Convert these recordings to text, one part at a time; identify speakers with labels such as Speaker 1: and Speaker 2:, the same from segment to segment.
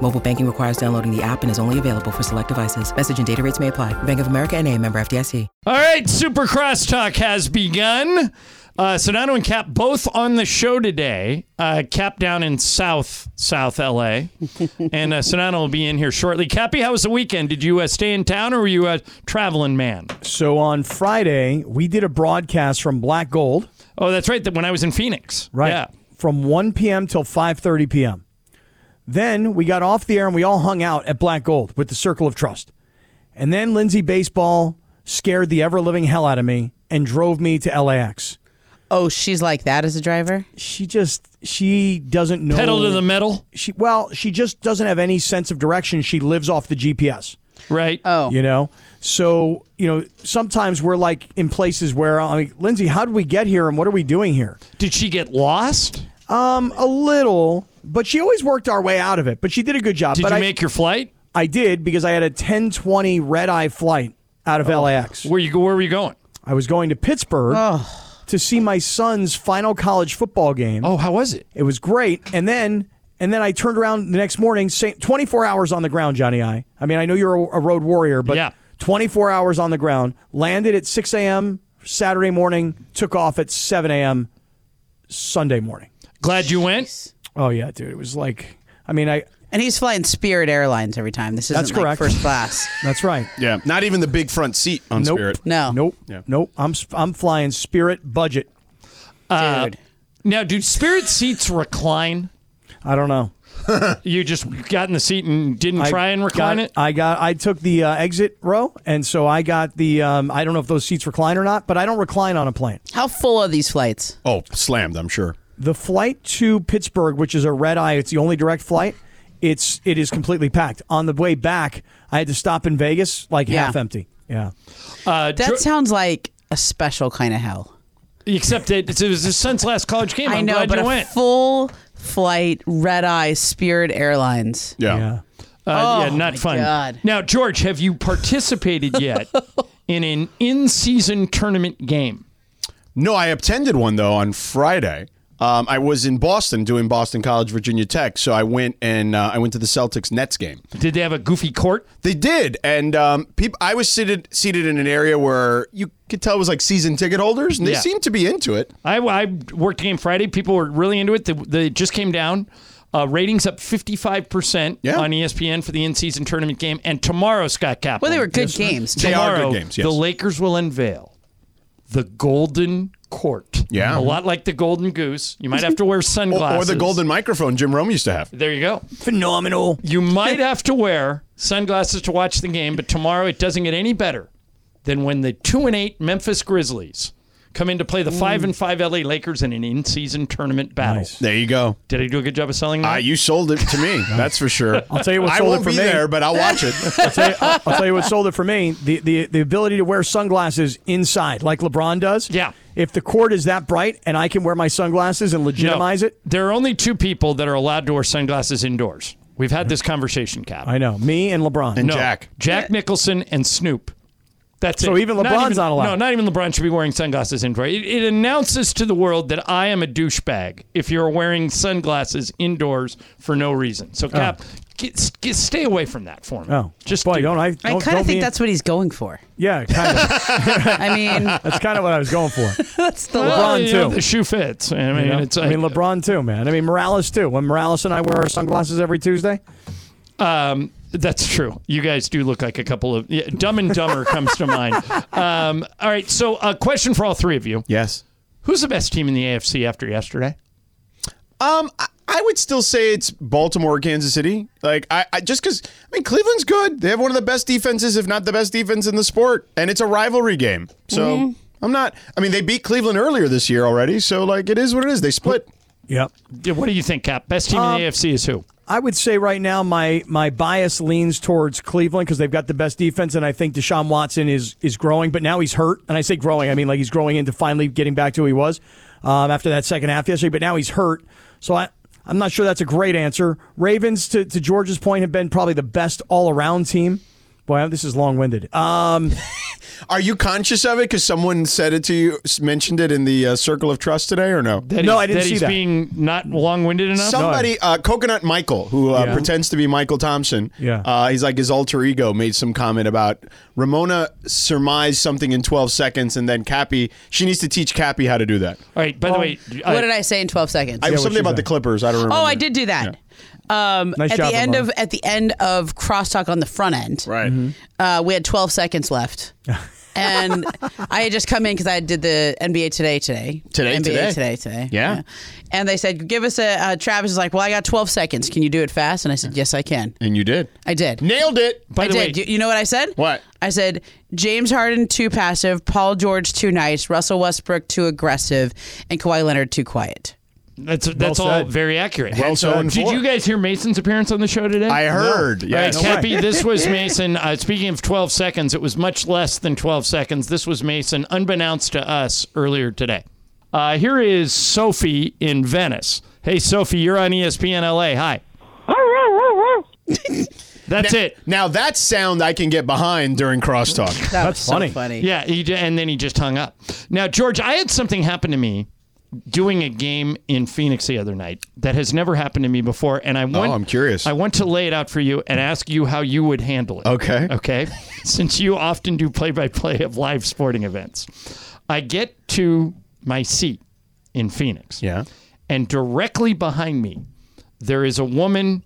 Speaker 1: Mobile banking requires downloading the app and is only available for select devices. Message and data rates may apply. Bank of America and a member FDIC.
Speaker 2: All right, Super Crosstalk has begun. Uh, Sedano and Cap both on the show today. Uh, Cap down in South South LA, and uh, Sedano will be in here shortly. Cappy, how was the weekend? Did you uh, stay in town or were you a traveling man?
Speaker 3: So on Friday, we did a broadcast from Black Gold,
Speaker 2: Oh, that's right. That when I was in Phoenix, Yeah.
Speaker 3: From 1 p.m. till 5:30 p.m. Then we got off the air and we all hung out at Black Gold with the Circle of Trust. And then Lindsay Baseball scared the ever living hell out of me and drove me to LAX.
Speaker 4: Oh, she's like that as a driver?
Speaker 3: She just she doesn't know
Speaker 2: Pedal to the metal,
Speaker 3: She well, she just doesn't have any sense of direction. She lives off the GPS.
Speaker 2: right?
Speaker 4: Oh.
Speaker 3: You know? So, you know, sometimes we're like in places where I'm like, Lindsay, how did we get here and what are we doing here?
Speaker 2: Did she get lost?
Speaker 3: Um, a little, but she always worked our way out of it. But she did a good job.
Speaker 2: Did
Speaker 3: but
Speaker 2: you
Speaker 3: I,
Speaker 2: make your flight?
Speaker 3: I did because I had a 1020 red eye flight out of LAX.
Speaker 2: Oh. Where you where were you going?
Speaker 3: I was going to Pittsburgh to see my son's final college football game.
Speaker 2: Oh, how was it?
Speaker 3: It was great. And then and then I turned around the next morning, same, 24 hours on the ground, Johnny I. I mean, I know you're a, a road warrior, but
Speaker 2: Yeah.
Speaker 3: 24 hours on the ground. Landed at 6 a.m. Saturday morning, took off at 7 a.m. Sunday morning.
Speaker 2: Glad you went.
Speaker 3: Oh, yeah, dude. It was like, I mean, I.
Speaker 4: And he's flying Spirit Airlines every time. This isn't
Speaker 3: That's
Speaker 4: like
Speaker 3: correct.
Speaker 4: first class.
Speaker 3: That's right.
Speaker 5: Yeah, not even the big front seat on
Speaker 3: Nope.
Speaker 5: Spirit.
Speaker 4: No.
Speaker 3: Nope.
Speaker 5: Yeah.
Speaker 3: Nope. I'm sp- I'm flying Spirit budget.
Speaker 2: Uh,
Speaker 4: Dude.
Speaker 2: now, do Spirit seats recline?
Speaker 3: I don't know.
Speaker 2: You just got in the seat and didn't
Speaker 3: I
Speaker 2: try and recline
Speaker 3: got-
Speaker 2: it.
Speaker 3: I got. I took the uh, exit row, and so I got the. Um, I don't know if those seats recline or not, but I don't recline on a plane.
Speaker 4: How full are these flights?
Speaker 5: Oh, slammed, I'm sure.
Speaker 3: The flight to Pittsburgh, which is a red eye, it's the only direct flight. It's it is completely packed. On the way back, I had to stop in Vegas, like
Speaker 4: Yeah.
Speaker 3: half empty. Yeah.
Speaker 2: Uh,
Speaker 4: That
Speaker 2: Dro-
Speaker 4: sounds like a special kind of hell.
Speaker 2: Except that it's- it was his son's last college game. I'm
Speaker 4: know,
Speaker 2: glad
Speaker 4: but
Speaker 2: you
Speaker 4: a
Speaker 2: went.
Speaker 4: full flight red eye Spirit Airlines.
Speaker 5: Yeah.
Speaker 3: Yeah.
Speaker 2: Uh, yeah,
Speaker 4: Oh,
Speaker 2: not
Speaker 4: my
Speaker 2: fun.
Speaker 4: God.
Speaker 2: Now, George, have you participated yet in an in-season tournament game?
Speaker 5: No, I attended one though on Friday. Um, I was in Boston doing Boston College, Virginia Tech, so I went and uh, I went to the Celtics Nets game.
Speaker 2: Did they have a goofy court?
Speaker 5: They did, and um, peop- I was seated seated in an area where you could tell it was like season ticket holders, and they
Speaker 2: Yeah.
Speaker 5: seemed to be into it.
Speaker 2: I, I worked game Friday. People were really into it. They, they just came down. Uh, ratings up 55%
Speaker 5: Yeah.
Speaker 2: on E ESPN for the in-season tournament game. And tomorrow, Scott Kaplan.
Speaker 4: Well, they were good games.
Speaker 5: They are good
Speaker 2: tomorrow,
Speaker 5: games, yes.
Speaker 2: the Lakers will unveil the Golden Court.
Speaker 5: Yeah.
Speaker 2: A lot like the Golden Goose. You might have to wear
Speaker 5: Or, or
Speaker 2: sunglasses.
Speaker 5: the golden microphone Jim Rome used to have.
Speaker 2: There you go.
Speaker 3: Phenomenal.
Speaker 2: You might have to wear sunglasses to watch the game, but tomorrow it doesn't get any better than when the two and eight Memphis Grizzlies come in to play the five and five LA Lakers in an in-season tournament battle.
Speaker 5: There you go.
Speaker 2: Did I do a good job of selling that?
Speaker 5: Uh, you sold it to me. That's for sure.
Speaker 3: I'll tell you what
Speaker 5: I
Speaker 3: sold it
Speaker 5: won't
Speaker 3: for
Speaker 5: be
Speaker 3: me.
Speaker 5: there, but I'll watch it.
Speaker 3: I'll tell, you, I'll, I'll tell you what sold it for me: the, the the ability to wear sunglasses inside, like LeBron does.
Speaker 2: Yeah.
Speaker 3: If the court is that bright and I can wear my sunglasses and
Speaker 2: No.
Speaker 3: legitimize it,
Speaker 2: There are only two people that are allowed to wear sunglasses indoors. We've had this conversation, Cap.
Speaker 3: I know me and LeBron.
Speaker 5: And Jack.
Speaker 2: Jack Nicholson and Snoop. That's
Speaker 3: So
Speaker 2: it.
Speaker 3: even LeBron's not allowed.
Speaker 2: No, not even LeBron should be wearing sunglasses indoor. It, it announces to the world that I am a douchebag if you're wearing sunglasses indoors for no reason. So Cap, get, get- stay away from that for me.
Speaker 3: Oh,
Speaker 2: just
Speaker 3: boy,
Speaker 2: do
Speaker 3: don't
Speaker 2: that.
Speaker 3: I?
Speaker 4: I
Speaker 3: don't-
Speaker 4: kind
Speaker 3: don't
Speaker 4: of think
Speaker 3: mean-
Speaker 4: that's what he's going for.
Speaker 3: yeah, kind of.
Speaker 4: I mean,
Speaker 3: that's kind of what I was going for.
Speaker 4: that's the
Speaker 2: Well,
Speaker 3: LeBron
Speaker 2: you know,
Speaker 3: too.
Speaker 2: the shoe fits. I
Speaker 3: You
Speaker 2: mean,
Speaker 3: know?
Speaker 2: it's.
Speaker 3: I mean, LeBron too, man. I mean, Morales too. When Morales and I wear our sunglasses every Tuesday,
Speaker 2: Um, that's true. You guys do look like a couple of yeah, Dumb and Dumber comes to mind. Um, all right, so a question for all three of you:
Speaker 5: yes.
Speaker 2: Who's the best team in the AFC after yesterday?
Speaker 5: Um, I, I would still say it's Baltimore, or Kansas City. Like I, I just because I mean Cleveland's good. They have one of the best defenses, if not the best defense in the sport, and it's a rivalry game. So I'm not. I mean, they beat Cleveland earlier this year already. So like, it is what it is. They split.
Speaker 3: yep.
Speaker 4: Um,
Speaker 2: Yeah, What do you think, Cap? Best team in the AFC is who?
Speaker 3: I would say right now my my bias leans towards Cleveland because they've got the best defense, and I think Deshaun Watson is is growing, but now he's hurt. And I say growing, I mean like he's growing into finally getting back to who he was um, after that second half yesterday. But now he's hurt, so I. I'm not sure that's a great answer. Ravens, to, to George's point, have been probably the best all around team. Boy, this is long winded. Um,
Speaker 5: Are you conscious of it? Because someone said it to you, s- mentioned it in the uh, circle of trust today, or no?
Speaker 2: That
Speaker 3: No,
Speaker 2: he's-
Speaker 3: I didn't
Speaker 2: that
Speaker 3: see
Speaker 2: he's
Speaker 3: that.
Speaker 2: being not long-winded enough.
Speaker 5: Somebody, uh, Coconut Michael, who uh,
Speaker 3: Yeah.
Speaker 5: pretends to be Michael Thompson,
Speaker 3: Yeah.
Speaker 5: uh, he's like his alter ego, made some comment about Ramona surmised something in 12 seconds, and then Cappy, she needs to teach Cappy how to do that.
Speaker 2: All right. By the way, uh,
Speaker 4: what did I say in 12 seconds?
Speaker 5: I, something
Speaker 3: she
Speaker 5: about
Speaker 3: said.
Speaker 5: the Clippers. I don't remember.
Speaker 4: Oh, I did do that. Um,
Speaker 3: Nice
Speaker 4: at
Speaker 3: job,
Speaker 4: the end
Speaker 3: Ramona.
Speaker 4: of at the end of crosstalk on the front end,
Speaker 5: Right.
Speaker 2: Mm-hmm.
Speaker 4: uh, we had 12 seconds left, and I had just come in because I did the NBA Today today
Speaker 5: Today,
Speaker 4: NBA
Speaker 5: today.
Speaker 4: today today
Speaker 5: Yeah.
Speaker 4: and they said give us a uh, Travis is like well I got 12 seconds can you do it fast and I said yes I can
Speaker 5: And you did.
Speaker 4: I did
Speaker 5: Nailed it.
Speaker 2: by
Speaker 4: I
Speaker 2: the
Speaker 4: did
Speaker 2: way,
Speaker 4: you, you know what I said
Speaker 5: What?
Speaker 4: I said James Harden too passive Paul George too nice Russell Westbrook too aggressive and Kawhi Leonard too quiet
Speaker 2: that's that's all
Speaker 3: said.
Speaker 2: very accurate.
Speaker 5: Well said.
Speaker 2: did you guys hear Mason's appearance on the show today?
Speaker 5: I heard.
Speaker 2: All right,
Speaker 5: Yes.
Speaker 2: Cappy, this was Mason. Uh, speaking of 12 seconds, it was much less than 12 seconds. This was Mason, unbeknownst to us earlier today. Uh, here is Sophie in Venice. Hey, Sophie, you're on E ESPN LA. Hi. That's it.
Speaker 5: Now that sound I can get behind during crosstalk.
Speaker 4: that
Speaker 3: That's
Speaker 4: was
Speaker 3: funny.
Speaker 4: so funny
Speaker 2: Yeah, he, j- and then he just hung up. Now, George, I had something happen to me doing a game in Phoenix the other night that has never happened to me before, and I want
Speaker 5: Oh, I'm curious.
Speaker 2: I want to lay it out for you and ask you how you would handle it.
Speaker 5: Okay.
Speaker 2: Okay. Since you often do play-by-play of live sporting events, I get to my seat in Phoenix.
Speaker 5: Yeah.
Speaker 2: And directly behind me, there is a woman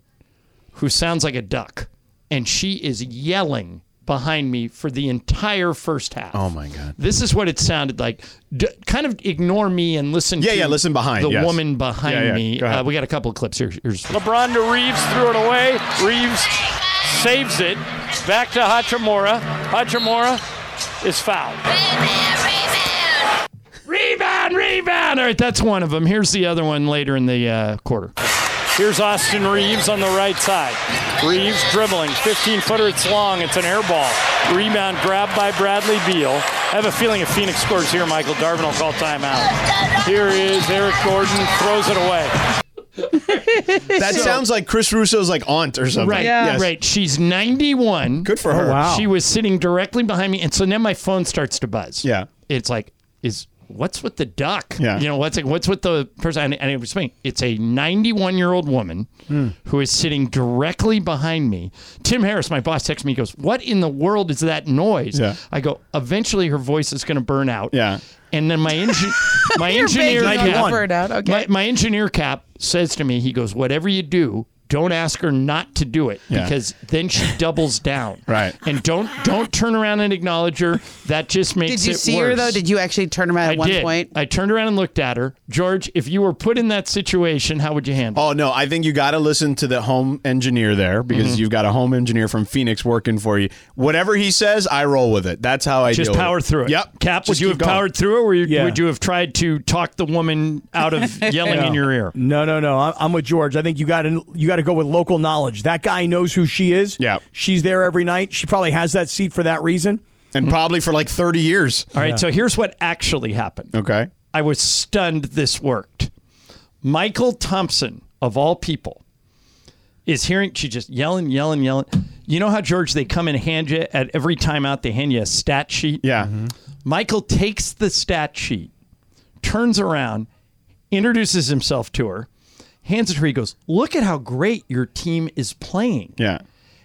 Speaker 2: who sounds like a duck, and she is yelling behind me for the entire first half.
Speaker 5: Oh my God.
Speaker 2: This is what it sounded like. D- kind of ignore me and listen.
Speaker 5: Yeah,
Speaker 2: to
Speaker 5: yeah, listen behind,
Speaker 2: the
Speaker 5: yes.
Speaker 2: woman behind
Speaker 5: Yeah, yeah,
Speaker 2: me.
Speaker 5: go ahead.
Speaker 2: Uh, we got a couple of clips here. Here's
Speaker 6: LeBron to Reeves, threw it away. Reeves saves it. Back to Hachimura. Hachimura is fouled.
Speaker 2: rebound, rebound. All right, that's one of them. Here's the other one later in the uh, quarter.
Speaker 6: Here's Austin Reeves on the right side. Reeves dribbling, 15 footer. It's long. It's an air ball. Rebound grabbed by Bradley Beal. I have a feeling if Phoenix scores here, Michael Darvin will call timeout. Here is Eric Gordon. Throws it away.
Speaker 5: That sounds like Chris Russo's like aunt or something.
Speaker 2: Right,
Speaker 5: Yes.
Speaker 2: right. She's 91.
Speaker 5: Good for her.
Speaker 3: wow.
Speaker 2: She was sitting directly behind me, and so then my phone starts to buzz.
Speaker 5: Yeah.
Speaker 2: it's like is what's with the duck?
Speaker 5: Yeah.
Speaker 2: you know what's what's with the person? And, and it was me. It's a 91 year old woman
Speaker 5: Hmm.
Speaker 2: who is sitting directly behind me. Tim Harris, my boss, texts me. He goes, "What in the world is that noise?"
Speaker 5: Yeah.
Speaker 2: I go, "Eventually, her voice is going to burn out."
Speaker 5: Yeah.
Speaker 2: and then my engi- my engineer
Speaker 4: baking on
Speaker 2: cap-
Speaker 4: the burnout, okay.
Speaker 2: my, my engineer cap says to me, he goes, "Whatever you do." Don't ask her not to do it
Speaker 5: Yeah.
Speaker 2: because then she doubles down.
Speaker 5: Right.
Speaker 2: And don't don't turn around and acknowledge her. That just makes
Speaker 4: Did you
Speaker 2: it
Speaker 4: see
Speaker 2: worse.
Speaker 4: her though? Did you actually turn around at
Speaker 2: I
Speaker 4: one
Speaker 2: did.
Speaker 4: point?
Speaker 2: I turned around and looked at her. George, if you were put in that situation, how would you handle?
Speaker 5: Oh no, I think you got to listen to the home engineer there because
Speaker 2: Mm-hmm.
Speaker 5: you've got a home engineer from Phoenix working for you. Whatever he says, I roll with it. That's how I
Speaker 2: it? Just
Speaker 5: deal
Speaker 2: power
Speaker 5: with it.
Speaker 2: through it.
Speaker 5: Yep.
Speaker 2: Cap, would
Speaker 5: Just
Speaker 2: you have
Speaker 5: keep going.
Speaker 2: powered through, it, or you-
Speaker 3: Yeah.
Speaker 2: would you have tried to talk the woman out of yelling in your ear?
Speaker 3: No, no, no. I'm, I'm with George. I think you got to you got to go with local knowledge. That guy knows who she is.
Speaker 5: Yeah.
Speaker 3: she's there every night. She probably has that seat for that reason.
Speaker 5: and probably for like thirty years.
Speaker 2: All right. So here's what actually happened.
Speaker 5: Okay.
Speaker 2: I was stunned this worked. Michael Thompson, of all people, is hearing she just yelling, yelling, yelling. You know how George they come and hand you at every timeout they hand you a stat sheet.
Speaker 5: Yeah.
Speaker 2: Michael takes the stat sheet, turns around, introduces himself to her, hands it to her. He goes, "Look at how great your team is playing."
Speaker 5: Yeah.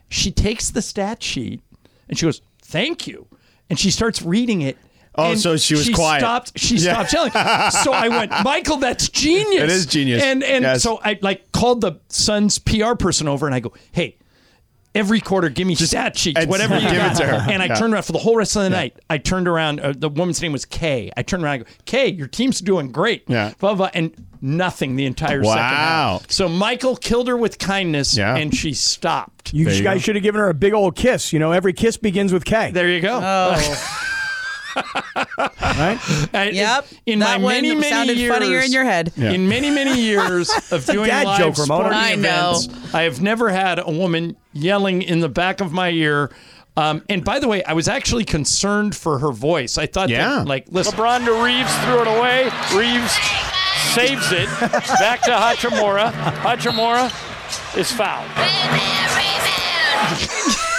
Speaker 2: She takes the stat sheet and she goes, "Thank you," and she starts reading it.
Speaker 5: Oh,
Speaker 2: and
Speaker 5: so she was quiet.
Speaker 2: Stopped. She
Speaker 5: Yeah.
Speaker 2: stopped yelling. So I went, Michael, that's genius.
Speaker 5: It is genius.
Speaker 2: And and
Speaker 5: Yes.
Speaker 2: so I like called the Suns PR person over and I go, hey. Every quarter, give me stat sheets,
Speaker 5: and
Speaker 2: whatever you
Speaker 5: give it
Speaker 2: got.
Speaker 5: to her.
Speaker 2: And I
Speaker 5: Yeah.
Speaker 2: turned around for the whole rest of the night. I turned around. Uh, the woman's name was Kay. I turned around. I go, Kay, your team's doing great.
Speaker 5: Yeah.
Speaker 2: Blah, blah, and nothing the entire second
Speaker 5: Wow.
Speaker 2: half. So Michael killed her with kindness,
Speaker 5: Yeah.
Speaker 2: and she stopped.
Speaker 3: You,
Speaker 5: There you
Speaker 3: guys
Speaker 5: go.
Speaker 3: should have given her a big old kiss. You know, every kiss begins with K.
Speaker 2: There you go.
Speaker 4: Oh,
Speaker 3: right?
Speaker 2: I-
Speaker 4: Yep.
Speaker 2: In
Speaker 4: that
Speaker 2: my
Speaker 4: one
Speaker 2: many, many
Speaker 4: sounded
Speaker 2: years,
Speaker 4: funnier in your head.
Speaker 2: In many, many years of doing
Speaker 3: dad
Speaker 2: live
Speaker 3: joke, Ramona.
Speaker 2: sporting
Speaker 4: I know.
Speaker 2: events, I have never had a woman yelling in the back of my ear. Um, and by the way, I was actually concerned for her voice. I thought,
Speaker 5: Yeah.
Speaker 2: that, like, listen,
Speaker 6: LeBron to Reeves, threw it away. Reeves saves it. Back to Hachimura. Hachimura is fouled.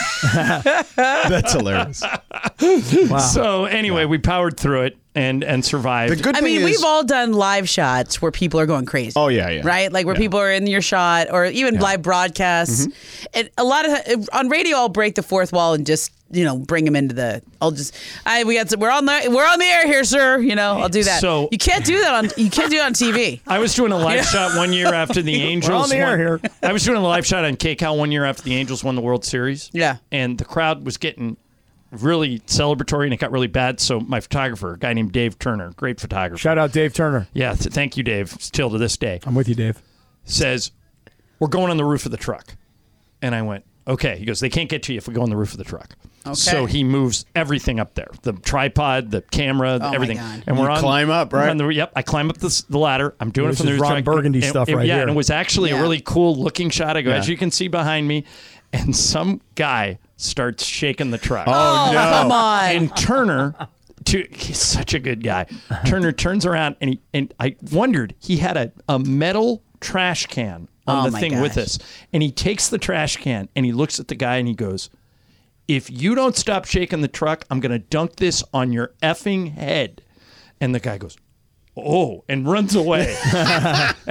Speaker 5: That's hilarious.
Speaker 2: so anyway, we powered through it and and survived.
Speaker 5: The good
Speaker 4: I
Speaker 5: thing
Speaker 4: mean,
Speaker 5: is,
Speaker 4: we've all done live shots where people are going crazy.
Speaker 5: Oh, yeah, yeah.
Speaker 4: Right, like where people are in your shot, or even live broadcasts.
Speaker 5: Mm-hmm.
Speaker 4: And a lot of on radio, I'll break the fourth wall and just you know bring them into the. I'll just I we got we're on the we're on the air here, sir. You know, I'll do that.
Speaker 2: So-
Speaker 4: you can't do that on you can't do it on TV.
Speaker 2: I was doing a live shot one year after the Angels.
Speaker 3: on the air
Speaker 2: won-
Speaker 3: here.
Speaker 2: I was doing a live shot on KCAL one year after the Angels won the World Series.
Speaker 4: Yeah.
Speaker 2: And the crowd was getting really celebratory and it got really bad. So my photographer, a guy named Dave Turner, great photographer.
Speaker 3: Shout out Dave Turner.
Speaker 2: yeah, th- thank you, Dave. Still to this day,
Speaker 3: I'm with you, Dave.
Speaker 2: says, We're going on the roof of the truck. And I went, Okay. He goes, They can't get to you if we go on the roof of the truck. Okay. So he moves everything up there the tripod, the camera,
Speaker 3: Oh
Speaker 4: my
Speaker 2: everything.
Speaker 4: God.
Speaker 2: And we're
Speaker 5: You
Speaker 2: on.
Speaker 5: climb up,
Speaker 2: we're
Speaker 5: right?
Speaker 2: on the- yep. I climb up this, the ladder. I'm doing
Speaker 3: This
Speaker 2: it from the
Speaker 3: is
Speaker 2: roof
Speaker 3: Ron
Speaker 2: track.
Speaker 3: Burgundy
Speaker 2: And-
Speaker 3: stuff
Speaker 2: and-
Speaker 3: right
Speaker 2: yeah,
Speaker 3: here.
Speaker 2: And it was actually
Speaker 4: Yeah.
Speaker 2: a really cool looking shot. I go, As
Speaker 5: Yeah.
Speaker 2: you can see behind me. And some guy starts shaking the truck.
Speaker 5: Oh, no.
Speaker 4: Come on.
Speaker 2: And Turner, to, he's such a good guy. Turner turns around and he, and I wondered he had a, a metal trash can on
Speaker 4: Oh,
Speaker 2: the
Speaker 4: my
Speaker 2: thing with
Speaker 4: gosh.
Speaker 2: us, and he takes the trash can and he looks at the guy and he goes, "If you don't stop shaking the truck, I'm gonna dunk this on your effing head." And the guy goes. Oh, and runs away. and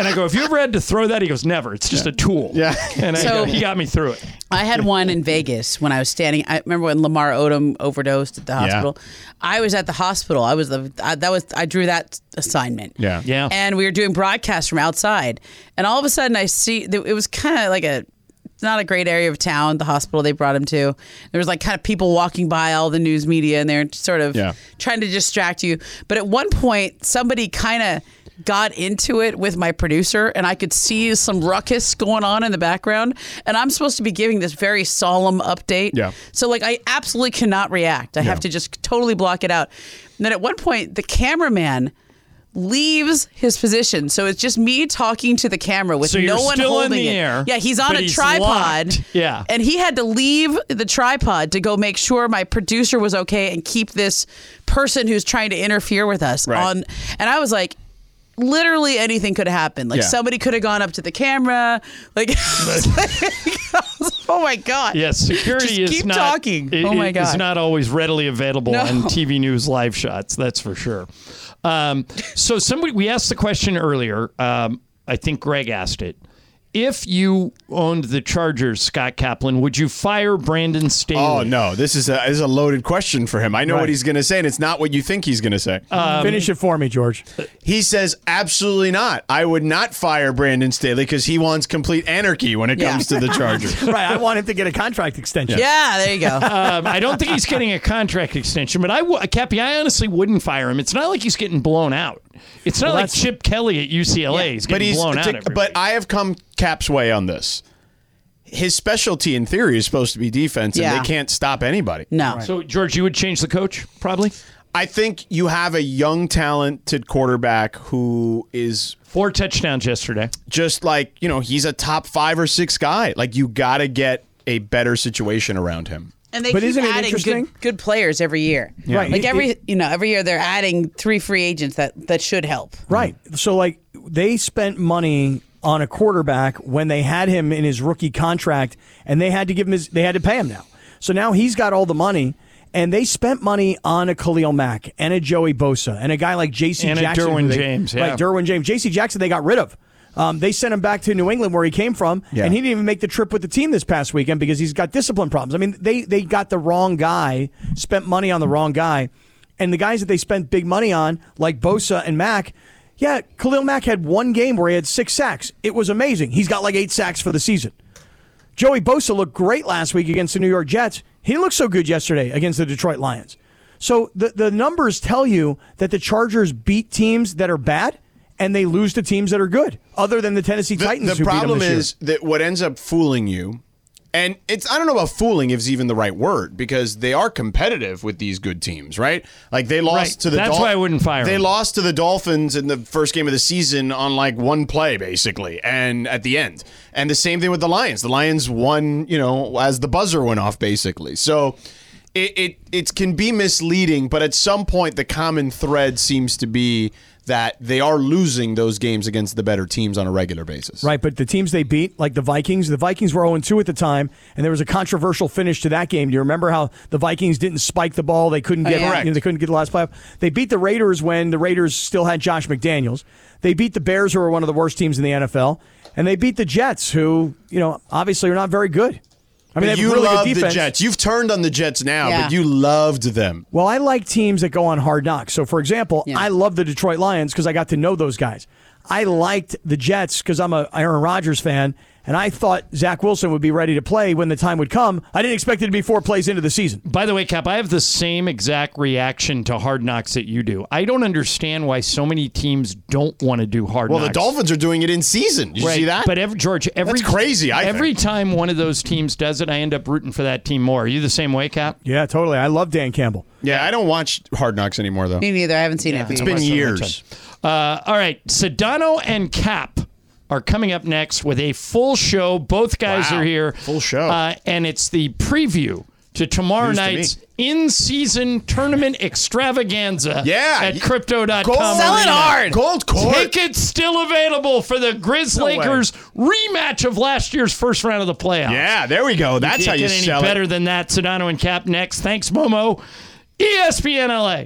Speaker 2: I go, Have you ever had to throw that? He goes, Never. It's just a tool.
Speaker 5: Yeah.
Speaker 2: And I
Speaker 4: So-
Speaker 2: go, he got me through it.
Speaker 4: I had one in Vegas when I was standing. I remember when Lamar Odom overdosed at the hospital. I was at the hospital. I was the I, that was I drew that assignment.
Speaker 5: Yeah.
Speaker 2: Yeah.
Speaker 4: And we were doing broadcasts from outside, and all of a sudden I see that it was kind of like a not a great area of town. The hospital they brought him to. There was like kind of people walking by, all the news media, and they're sort of
Speaker 5: Yeah.
Speaker 4: trying to distract you. But at one point, somebody kind of got into it with my producer, and I could see some ruckus going on in the background. And I'm supposed to be giving this very solemn update.
Speaker 5: Yeah.
Speaker 4: So, like, I absolutely cannot react. I have to just totally block it out. And then at one point, the cameraman leaves his position. So it's just me talking to the camera with
Speaker 2: So
Speaker 4: no
Speaker 2: you're
Speaker 4: one
Speaker 2: still in
Speaker 4: holding
Speaker 2: the
Speaker 4: it.
Speaker 2: air,
Speaker 4: yeah, he's on
Speaker 2: but
Speaker 4: a
Speaker 2: he's
Speaker 4: tripod.
Speaker 2: locked. Yeah.
Speaker 4: And he had to leave the tripod to go make sure my producer was okay and keep this person who's trying to interfere with us
Speaker 5: Right.
Speaker 4: on and I was like literally anything could have happened like
Speaker 5: Yeah.
Speaker 4: somebody could have gone up to the camera like, I was- oh my god
Speaker 2: Yes, security
Speaker 4: Just
Speaker 2: is
Speaker 4: keep
Speaker 2: not
Speaker 4: talking.
Speaker 2: i-
Speaker 4: Oh
Speaker 2: i-
Speaker 4: my
Speaker 2: is
Speaker 4: God.
Speaker 2: not always readily available
Speaker 4: No.
Speaker 2: on TV news live shots. That's for sure. Um, so somebody we asked the question earlier. Um, I think Greg asked it. If you owned the Chargers, Scott Kaplan, would you fire Brandon Staley?
Speaker 5: Oh no, this is a this is a loaded question for him. I know what he's going to say, and it's not what you think he's going to say.
Speaker 2: Um,
Speaker 3: Finish it for me, George.
Speaker 5: he says absolutely not. I would not fire Brandon Staley because he wants complete anarchy when it
Speaker 4: Yeah.
Speaker 5: comes to the Chargers.
Speaker 3: right, I want him to get a contract extension.
Speaker 4: yeah there you go
Speaker 2: Um, I don't think he's getting a contract extension, but I, w- Cappy, I honestly wouldn't fire him. It's not like he's getting blown out. It's not like
Speaker 3: that's-
Speaker 2: Chip Kelly at UCLA. he's getting
Speaker 5: but he's
Speaker 2: blown out.
Speaker 5: to-
Speaker 2: every
Speaker 5: but
Speaker 2: week.
Speaker 5: I have come Cap's way on this. His specialty in theory is supposed to be defense,
Speaker 4: Yeah.
Speaker 5: and they can't stop anybody.
Speaker 4: no
Speaker 2: so George, you would change the coach probably.
Speaker 5: I think you have a young, talented quarterback who is
Speaker 2: Four touchdowns yesterday.
Speaker 5: just like you know he's a top five or six guy. Like you got to get a better situation around him.
Speaker 4: And they
Speaker 3: But
Speaker 4: keep
Speaker 3: isn't it
Speaker 4: adding
Speaker 3: interesting?
Speaker 4: good, good players every year.
Speaker 3: Right.
Speaker 4: Like
Speaker 3: It-
Speaker 4: every
Speaker 3: it-
Speaker 4: you know, every year they're adding three free agents that that should help.
Speaker 3: Right. So like they spent money on a quarterback when they had him in his rookie contract and they had to give him his they had to pay him now. So now he's got all the money and they spent money on a Khalil Mack and a Joey Bosa and a guy like JC
Speaker 2: And a
Speaker 3: Jackson. who
Speaker 2: Derwin
Speaker 3: they-
Speaker 2: James, yeah.
Speaker 3: Right, Derwin James. JC Jackson they got rid of. Um, they sent him back to New England where he came from,
Speaker 5: Yeah.
Speaker 3: and he didn't even make the trip with the team this past weekend because he's got discipline problems. I mean, they they got the wrong guy, spent money on the wrong guy, and the guys that they spent big money on, like Bosa and Mack, yeah, Khalil Mack had one game where he had six sacks. It was amazing. He's got like eight sacks for the season. Joey Bosa looked great last week against the New York Jets. He didn't look so good yesterday against the Detroit Lions. So the, the numbers tell you that the Chargers beat teams that are bad and they lose to teams that are good, other than the Tennessee
Speaker 5: The,
Speaker 3: Titans.
Speaker 5: the
Speaker 3: who beat them
Speaker 5: problem
Speaker 3: this year.
Speaker 5: is that what ends up fooling you And it's I don't know about fooling is even the right word because they are competitive with these good teams, right? Like they lost
Speaker 2: Right.
Speaker 5: to the
Speaker 2: That's
Speaker 5: Dol-
Speaker 2: why I wouldn't fire
Speaker 5: They
Speaker 2: him.
Speaker 5: lost to the Dolphins in the first game of the season on like one play basically, and at the end. And the same thing with the Lions. The Lions won, you know, as the buzzer went off basically. So it it, it can be misleading, but at some point the common thread seems to be that they are losing those games against the better teams on a regular basis.
Speaker 3: Right, but the teams they beat, like the Vikings, the Vikings were 0 2 at the time, and there was a controversial finish to that game. Do you remember how the Vikings didn't spike the ball? They couldn't get
Speaker 5: yeah.
Speaker 3: you know, they couldn't get the last play up. They beat the Raiders when the Raiders still had Josh McDaniels. They beat the Bears, who are one of the worst teams in the NFL, and they beat the Jets, who, you know, obviously are not very good. I mean, they have a
Speaker 5: you
Speaker 3: really
Speaker 5: love
Speaker 3: good
Speaker 5: the
Speaker 3: defense.
Speaker 5: Jets. You've turned on the Jets now,
Speaker 4: Yeah.
Speaker 5: but you loved them.
Speaker 3: Well, I like teams that go on hard knocks. So, for example, I love the Detroit Lions because I got to know those guys. I liked the Jets because I'm a Aaron Rodgers fan, and I thought Zach Wilson would be ready to play when the time would come. I didn't expect it to be four plays into the season.
Speaker 2: By the way, Cap, I have the same exact reaction to hard knocks that you do. I don't understand why so many teams don't want to do hard
Speaker 5: Well,
Speaker 2: knocks.
Speaker 5: the Dolphins are doing it in season. Did you see that?
Speaker 2: But every, George, every
Speaker 5: That's crazy, I
Speaker 2: every
Speaker 5: think.
Speaker 2: time one of those teams does it, I end up rooting for that team more. Are you the same way, Cap?
Speaker 3: Yeah, totally. I love Dan Campbell.
Speaker 5: yeah, I don't watch Hard Knocks anymore though.
Speaker 4: Me neither. I haven't seen it.
Speaker 5: It's been years.
Speaker 2: Uh, all right, Sedano and Cap are coming up next with a full show. Both guys
Speaker 5: Wow.
Speaker 2: are here.
Speaker 5: Full show.
Speaker 2: uh, and it's the preview to tomorrow
Speaker 5: News to
Speaker 2: night's
Speaker 5: me.
Speaker 2: in-season tournament extravaganza.
Speaker 5: Yeah.
Speaker 2: at crypto.com.
Speaker 4: Sell it
Speaker 2: arena.
Speaker 4: hard.
Speaker 5: Gold court.
Speaker 2: Tickets still available for the Grizz Lakers rematch of last year's first round of the playoffs.
Speaker 5: Yeah, there we go. That's how
Speaker 2: Can't
Speaker 5: you
Speaker 2: get any
Speaker 5: sell
Speaker 2: better
Speaker 5: it.
Speaker 2: than that. Sedano and Cap next. Thanks, Momo. E ESPN LA.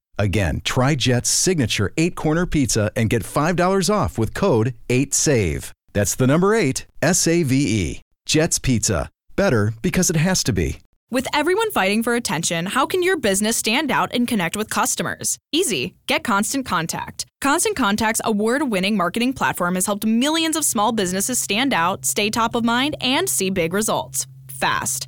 Speaker 7: Again, try Jet's signature eight corner pizza and get $5 off with code 8SAVE. That's the number eight, S A V E. Jet's Pizza. Better because it has to be.
Speaker 8: With everyone fighting for attention, how can your business stand out and connect with customers? Easy. Get Constant Contact. Constant Contact's award winning marketing platform has helped millions of small businesses stand out, stay top of mind, and see big results fast.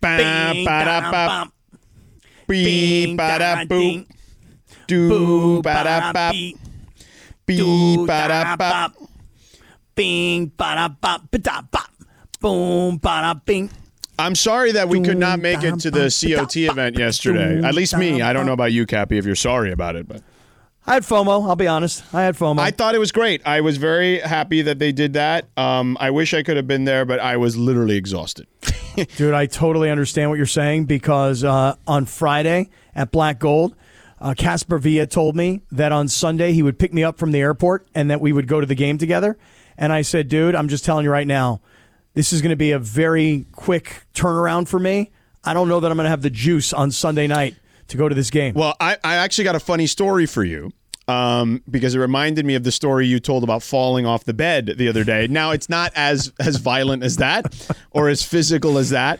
Speaker 5: Ba, ba, da, ba,
Speaker 3: Bing,
Speaker 5: bee, ba, da,
Speaker 3: da, ding,
Speaker 5: boop, doo,
Speaker 3: boo,
Speaker 5: ba, da, bop,
Speaker 3: beep,
Speaker 5: bee,
Speaker 3: doo,
Speaker 5: ba, da,
Speaker 3: da,
Speaker 5: bop.
Speaker 3: bop. Bing, ba da bop, ba da bop. Boom, ba da bing.
Speaker 5: I'm sorry that we could not make it to the
Speaker 3: Doo, da,
Speaker 5: COT
Speaker 3: ba,
Speaker 5: event
Speaker 3: da,
Speaker 5: yesterday.
Speaker 3: doo,
Speaker 5: At least me.
Speaker 3: da,
Speaker 5: I don't
Speaker 3: ba.
Speaker 5: know about you, Cappy, if you're sorry about it, but
Speaker 3: I had FOMO. I'll be honest. I had FOMO.
Speaker 5: I thought it was great. I was very happy that they did that. Um, I wish I could have been there, but I was literally exhausted.
Speaker 3: Dude, I totally understand what you're saying because uh, on Friday at Black Gold, uh, Casper Villa told me that on Sunday he would pick me up from the airport and that we would go to the game together. And I said, dude, I'm just telling you right now, this is going to be a very quick turnaround for me. I don't know that I'm going to have the juice on Sunday night to go to this game.
Speaker 5: Well, I, I actually got a funny story for you um, because it reminded me of the story you told about falling off the bed the other day. Now it's not as as violent as that or as physical as that.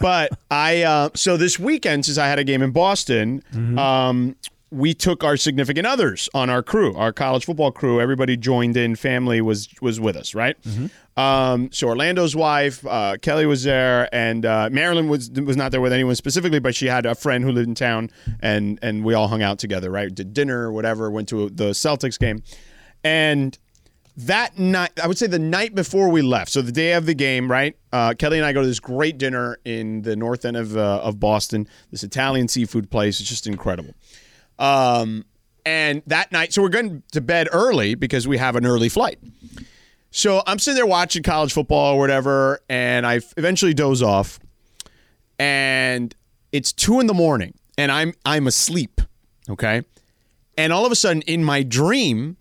Speaker 5: But I uh, so this weekend since I had a game in Boston, um, we took our significant others on our crew, our college football crew. Everybody joined in. Family was was with us, right? Um, so Orlando's wife, uh, Kelly, was there, and uh, Marilyn was was not there with anyone specifically, but she had a friend who lived in town, and and we all hung out together, right? Did dinner, whatever. Went to the Celtics game, and that night, I would say the night before we left, so the day of the game, right? Uh, Kelly and I go to this great dinner in the north end of uh, of Boston. This Italian seafood place. It's just incredible. Um, and that night, so we're going to bed early because we have an early flight. So I'm sitting there watching college football or whatever, and I eventually doze off. And it's two in the morning, and I'm I'm asleep. Okay, and all of a sudden, in my dream,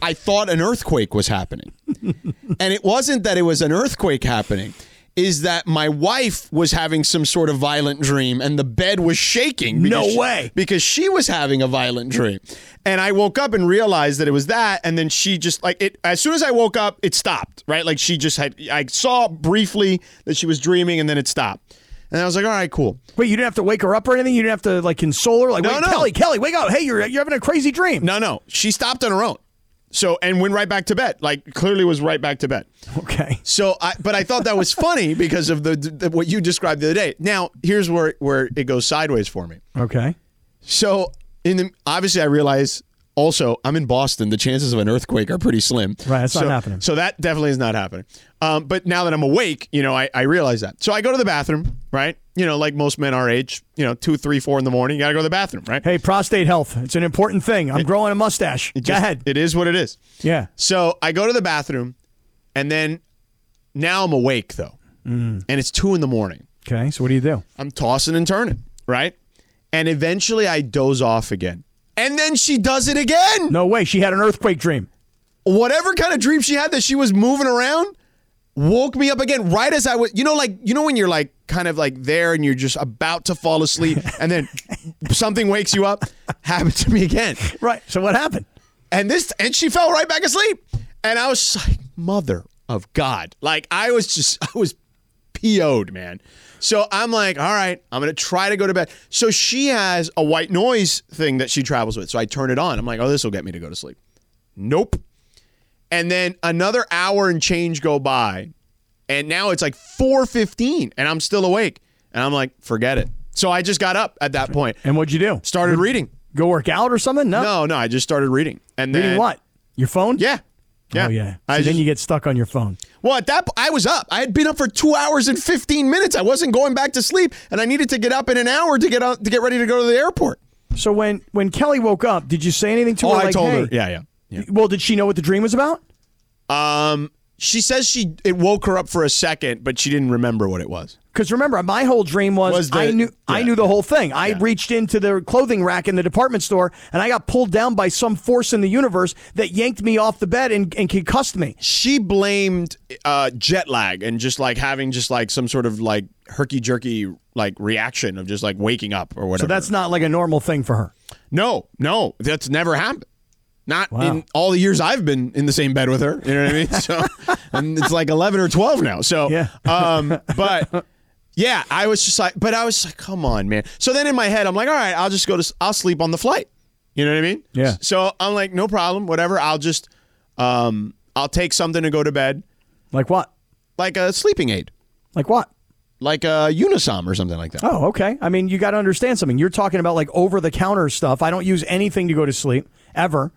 Speaker 5: I thought an earthquake was happening, and it wasn't that it was an earthquake happening. Is that my wife was having some sort of violent dream and the bed was shaking?
Speaker 3: No
Speaker 5: because she-
Speaker 3: way.
Speaker 5: because she was having a violent dream. And I woke up and realized that it was that. And then she just like it as soon as I woke up, it stopped, right? Like she just had I saw briefly that she was dreaming and then it stopped. And I was like, all right, cool.
Speaker 3: Wait, you didn't have to wake her up or anything. You didn't have to like console her. Like,
Speaker 5: No,
Speaker 3: wait,
Speaker 5: no.
Speaker 3: Kelly, Kelly, wake up. Hey, you're you're having a crazy dream.
Speaker 5: No, no. She stopped on her own. So and went right back to bed. Like clearly was right back to bed.
Speaker 3: Okay.
Speaker 5: So, I, but I thought that was funny because of the, the what you described the other day. Now, here's where where it goes sideways for me.
Speaker 3: Okay.
Speaker 5: So, in the, obviously, I realize also I'm in Boston. The chances of an earthquake are pretty slim.
Speaker 3: Right, that's
Speaker 5: so,
Speaker 3: not happening.
Speaker 5: So that definitely is not happening. Um, but now that I'm awake, you know, I, I realize that. So I go to the bathroom, right? You know, like most men our age, you know, two, three, four in the morning, you gotta go to the bathroom, right?
Speaker 3: Hey, prostate health. It's an important thing. I'm growing a mustache. Go
Speaker 5: Just-
Speaker 3: ahead.
Speaker 5: It is what it is.
Speaker 3: yeah.
Speaker 5: So I go to the bathroom, and then now I'm awake though,
Speaker 3: Mm.
Speaker 5: and it's two in the morning.
Speaker 3: Okay. So what do you do?
Speaker 5: I'm tossing and turning, right? And eventually I doze off again. And then she does it again.
Speaker 3: No way. She had an earthquake dream.
Speaker 5: Whatever kind of dream she had that she was moving around woke me up again right as I was, you know, like, you know, when you're like kind of like there and you're just about to fall asleep and then something wakes you up. Happened to me again.
Speaker 3: Right. So what happened?
Speaker 5: And this, and she fell right back asleep. And I was like, mother of God. Like, I was just, I was PO'd, man. So I'm like, all right, I'm going to try to go to bed. So she has a white noise thing that she travels with. So I turn it on. I'm like, oh, this will get me to go to sleep. Nope. And then another hour and change go by. And now it's like 4.15 and I'm still awake. And I'm like, forget it. So I just got up at that point.
Speaker 3: And what'd you do?
Speaker 5: Started reading.
Speaker 3: Go work out or something? No.
Speaker 5: No, no, I just started reading. And
Speaker 3: Reading
Speaker 5: then,
Speaker 3: what? Your phone?
Speaker 5: yeah. Yeah.
Speaker 3: Oh yeah. So
Speaker 5: I
Speaker 3: then
Speaker 5: just-
Speaker 3: you get stuck on your phone.
Speaker 5: well, at that po- I was up. I had been up for 2 hours and 15 minutes. I wasn't going back to sleep and I needed to get up in an hour to get out, to get ready to go to the airport.
Speaker 3: So when when Kelly woke up, did you say anything to
Speaker 5: Oh,
Speaker 3: her?
Speaker 5: I
Speaker 3: like,
Speaker 5: told
Speaker 3: hey-
Speaker 5: her. Yeah, yeah. Yeah.
Speaker 3: Well, did she know what the dream was about?
Speaker 5: Um she says she it woke her up for a second, but she didn't remember what it was.
Speaker 3: Because remember, my whole dream was,
Speaker 5: Was the-
Speaker 3: I knew I
Speaker 5: yeah.
Speaker 3: knew the whole thing. I reached into the clothing rack in the department store, and I got pulled down by some force in the universe that yanked me off the bed and, and concussed me.
Speaker 5: She blamed uh, jet lag and just like having just like some sort of like herky jerky like reaction of just like waking up or
Speaker 3: So
Speaker 5: whatever.
Speaker 3: that's not like a normal thing for her.
Speaker 5: No, no, that's never happened. Not
Speaker 3: Wow.
Speaker 5: in all the years I've been in the same bed with her. You know what I mean? So, and it's like eleven or twelve now. So,
Speaker 3: Yeah.
Speaker 5: um, but yeah, I was just like, but I was like, come on, man. So then in my head, I'm like, all right, I'll just go to, s- I'll sleep on the flight. You know what I mean?
Speaker 3: Yeah.
Speaker 5: So I'm like, no problem, whatever. I'll just, um, I'll take something to go to bed,
Speaker 3: Like what?
Speaker 5: like a sleeping aid,
Speaker 3: Like what?
Speaker 5: like a Unisom or something like that.
Speaker 3: Oh, okay. I mean, you got to understand something. You're talking about like over the counter stuff. I don't use anything to go to sleep ever.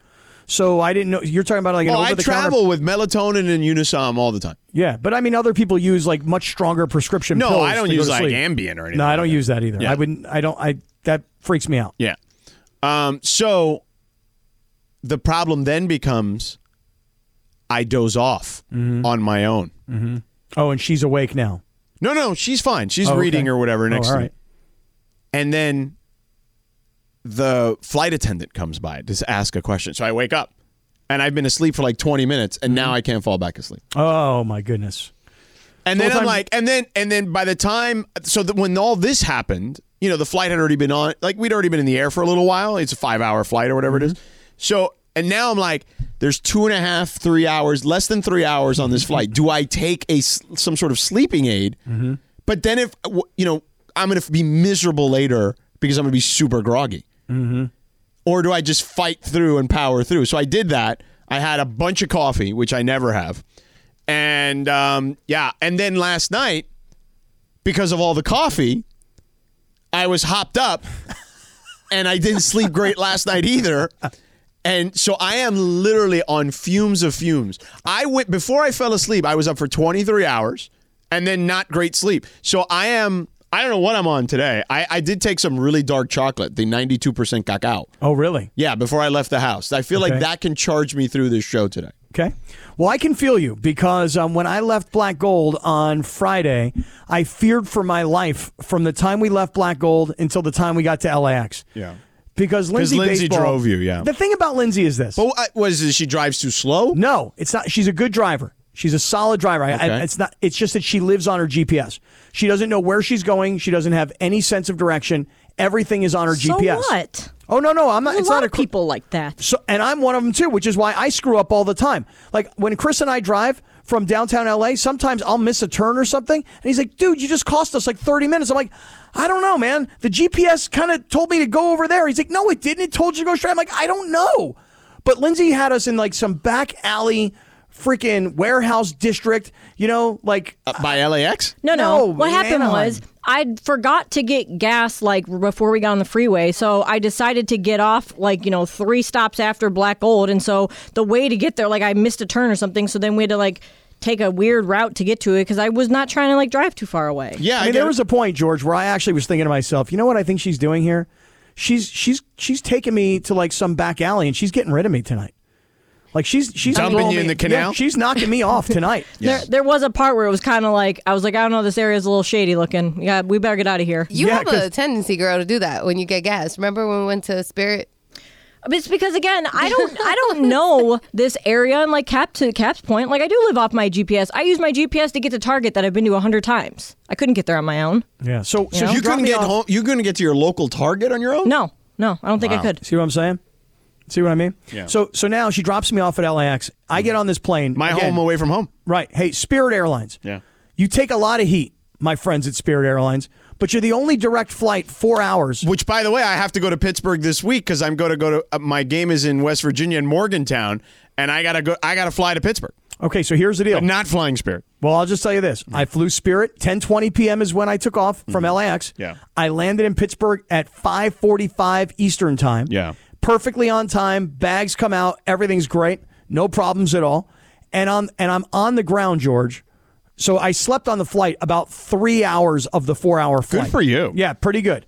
Speaker 3: So I didn't know you're talking about like an
Speaker 5: oh, I
Speaker 3: over the counter.
Speaker 5: travel with melatonin and Unisom all the time.
Speaker 3: Yeah, but I mean, other people use like much stronger prescription.
Speaker 5: No,
Speaker 3: pills
Speaker 5: I don't
Speaker 3: to go
Speaker 5: use
Speaker 3: to
Speaker 5: like
Speaker 3: sleep.
Speaker 5: Ambien or anything.
Speaker 3: No, I
Speaker 5: like
Speaker 3: don't
Speaker 5: that.
Speaker 3: use that either.
Speaker 5: Yeah.
Speaker 3: I wouldn't. I don't. I that freaks me out.
Speaker 5: Yeah. Um, so the problem then becomes I doze off
Speaker 3: Mm-hmm.
Speaker 5: on my own.
Speaker 3: Oh, and she's awake now.
Speaker 5: No, no, she's fine. She's
Speaker 3: Oh, okay.
Speaker 5: reading or whatever next
Speaker 3: oh, all
Speaker 5: to me.
Speaker 3: right.
Speaker 5: And then the flight attendant comes by to ask a question. So I wake up and I've been asleep for like 20 minutes and
Speaker 3: Mm-hmm.
Speaker 5: now I can't fall back asleep.
Speaker 3: Oh my goodness.
Speaker 5: And then
Speaker 3: Well,
Speaker 5: I'm
Speaker 3: time-
Speaker 5: like, and then and then by the time, so that when all this happened, you know, the flight had already been on. Like we'd already been in the air for a little while. It's a five hour flight or whatever it is. So and now I'm like, there's two and a half, three hours, less than three hours on this flight. Do I take a s- some sort of sleeping aid? But then if w- you know, I'm gonna be miserable later because I'm gonna be super groggy or do I just fight through and power through? So I did that. I had a bunch of coffee, which I never have, and um, yeah, and then last night, because of all the coffee, I was hopped up, and I didn't sleep great last night either. And so I am literally on fumes of fumes. I went before I fell asleep, I was up for 23 hours and then not great sleep. So I am I don't know what I'm on today. I, I did take some really dark chocolate, the 92% cacao.
Speaker 3: Oh, really?
Speaker 5: Yeah, before I left the house. I feel
Speaker 3: Okay.
Speaker 5: like that can charge me through this show today.
Speaker 3: Okay. Well, I can feel you because um, when I left Black Gold on Friday, I feared for my life from the time we left Black Gold until the time we got to LAX.
Speaker 5: Yeah.
Speaker 3: Because Lindsay,
Speaker 5: Lindsay
Speaker 3: Baseball-
Speaker 5: drove you, yeah.
Speaker 3: The thing about Lindsay is this.
Speaker 5: But what was it, she drives too slow?
Speaker 3: No, it's not. She's a good driver. She's a solid driver. I- I-
Speaker 5: Okay.
Speaker 3: it's not. It's just that she lives on her GPS. She doesn't know where she's going. She doesn't have any sense of direction. Everything is on her
Speaker 9: So
Speaker 3: GPS.
Speaker 9: what?
Speaker 3: Oh no, no, I'm not.
Speaker 9: There's
Speaker 3: it's
Speaker 9: a lot
Speaker 3: not a
Speaker 9: of
Speaker 3: cr-
Speaker 9: people like that.
Speaker 3: So, and I'm one of them too, which is why I screw up all the time. Like when Chris and I drive from downtown LA, sometimes I'll miss a turn or something, and he's like, "Dude, you just cost us like 30 minutes." I'm like, "I don't know, man. The GPS kind of told me to go over there." He's like, "No, it didn't. It told you to go straight." I'm like, "I don't know." But Lindsay had us in like some back alley, freaking warehouse district. You know, like
Speaker 5: Uh, by LAX?
Speaker 9: No, no.
Speaker 3: No,
Speaker 9: what
Speaker 3: in
Speaker 9: happened
Speaker 3: Anaheim.
Speaker 9: was I forgot to get gas like before we got on the freeway, so I decided to get off like you know three stops after Black Gold, and so the way to get there, like I missed a turn or something, so then we had to like take a weird route to get to it because I was not trying to like drive too far away.
Speaker 5: Yeah,
Speaker 3: I mean,
Speaker 5: get
Speaker 3: there
Speaker 5: it.
Speaker 3: was a point, George, where I actually was thinking to myself, you know what I think she's doing here? She's she's she's taking me to like some back alley and she's getting rid of me tonight. Like she's she's
Speaker 5: Dumping
Speaker 3: throwing
Speaker 5: you in
Speaker 3: me-
Speaker 5: the canal?
Speaker 3: yeah, she's knocking me off tonight.
Speaker 9: There, there was a part where it was kind of like I was like, I don't know, this area's a little shady looking. Yeah, we better get out of here.
Speaker 10: You
Speaker 3: Yeah,
Speaker 10: have
Speaker 3: 'cause-
Speaker 10: a tendency, girl, to do that when you get gas. Remember when we went to Spirit?
Speaker 9: But It's because again, I don't I don't know this area and like cap to Cap's point, like I do live off my GPS. I use my GPS to get to Target that I've been to a hundred times. I couldn't get there on my own.
Speaker 3: Yeah. So so
Speaker 9: know?
Speaker 3: she
Speaker 5: You
Speaker 3: dropped
Speaker 5: couldn't
Speaker 3: me
Speaker 5: get
Speaker 3: off.
Speaker 5: home you couldn't get to your local Target on your own?
Speaker 9: No, no, I don't think I could.
Speaker 3: See what I'm saying? See what I mean?
Speaker 5: Yeah.
Speaker 3: So so now she drops me off at LAX. I get on this plane.
Speaker 5: My
Speaker 3: Again,
Speaker 5: home away from home.
Speaker 3: Right. Hey, Spirit Airlines.
Speaker 5: Yeah.
Speaker 3: You take a lot of heat, my friends at Spirit Airlines, but you're the only direct flight 4 hours.
Speaker 5: Which, by the way, I have to go to Pittsburgh this week because I'm going to go to uh, my game is in West Virginia in Morgantown, and I gotta go. I gotta fly to Pittsburgh.
Speaker 3: Okay, so here's the deal.
Speaker 5: I'm not flying Spirit.
Speaker 3: Well, I'll just tell you this. I flew Spirit. 10:20 p.m. is when I took off from LAX.
Speaker 5: Mm-hmm. Yeah.
Speaker 3: I landed in Pittsburgh at 5:45 Eastern time.
Speaker 5: Yeah.
Speaker 3: Perfectly on time. Bags come out. Everything's great. No problems at all. And I'm and I'm on the ground, George. So I slept on the flight about three hours of the four-hour flight.
Speaker 5: for you.
Speaker 3: Yeah, pretty good.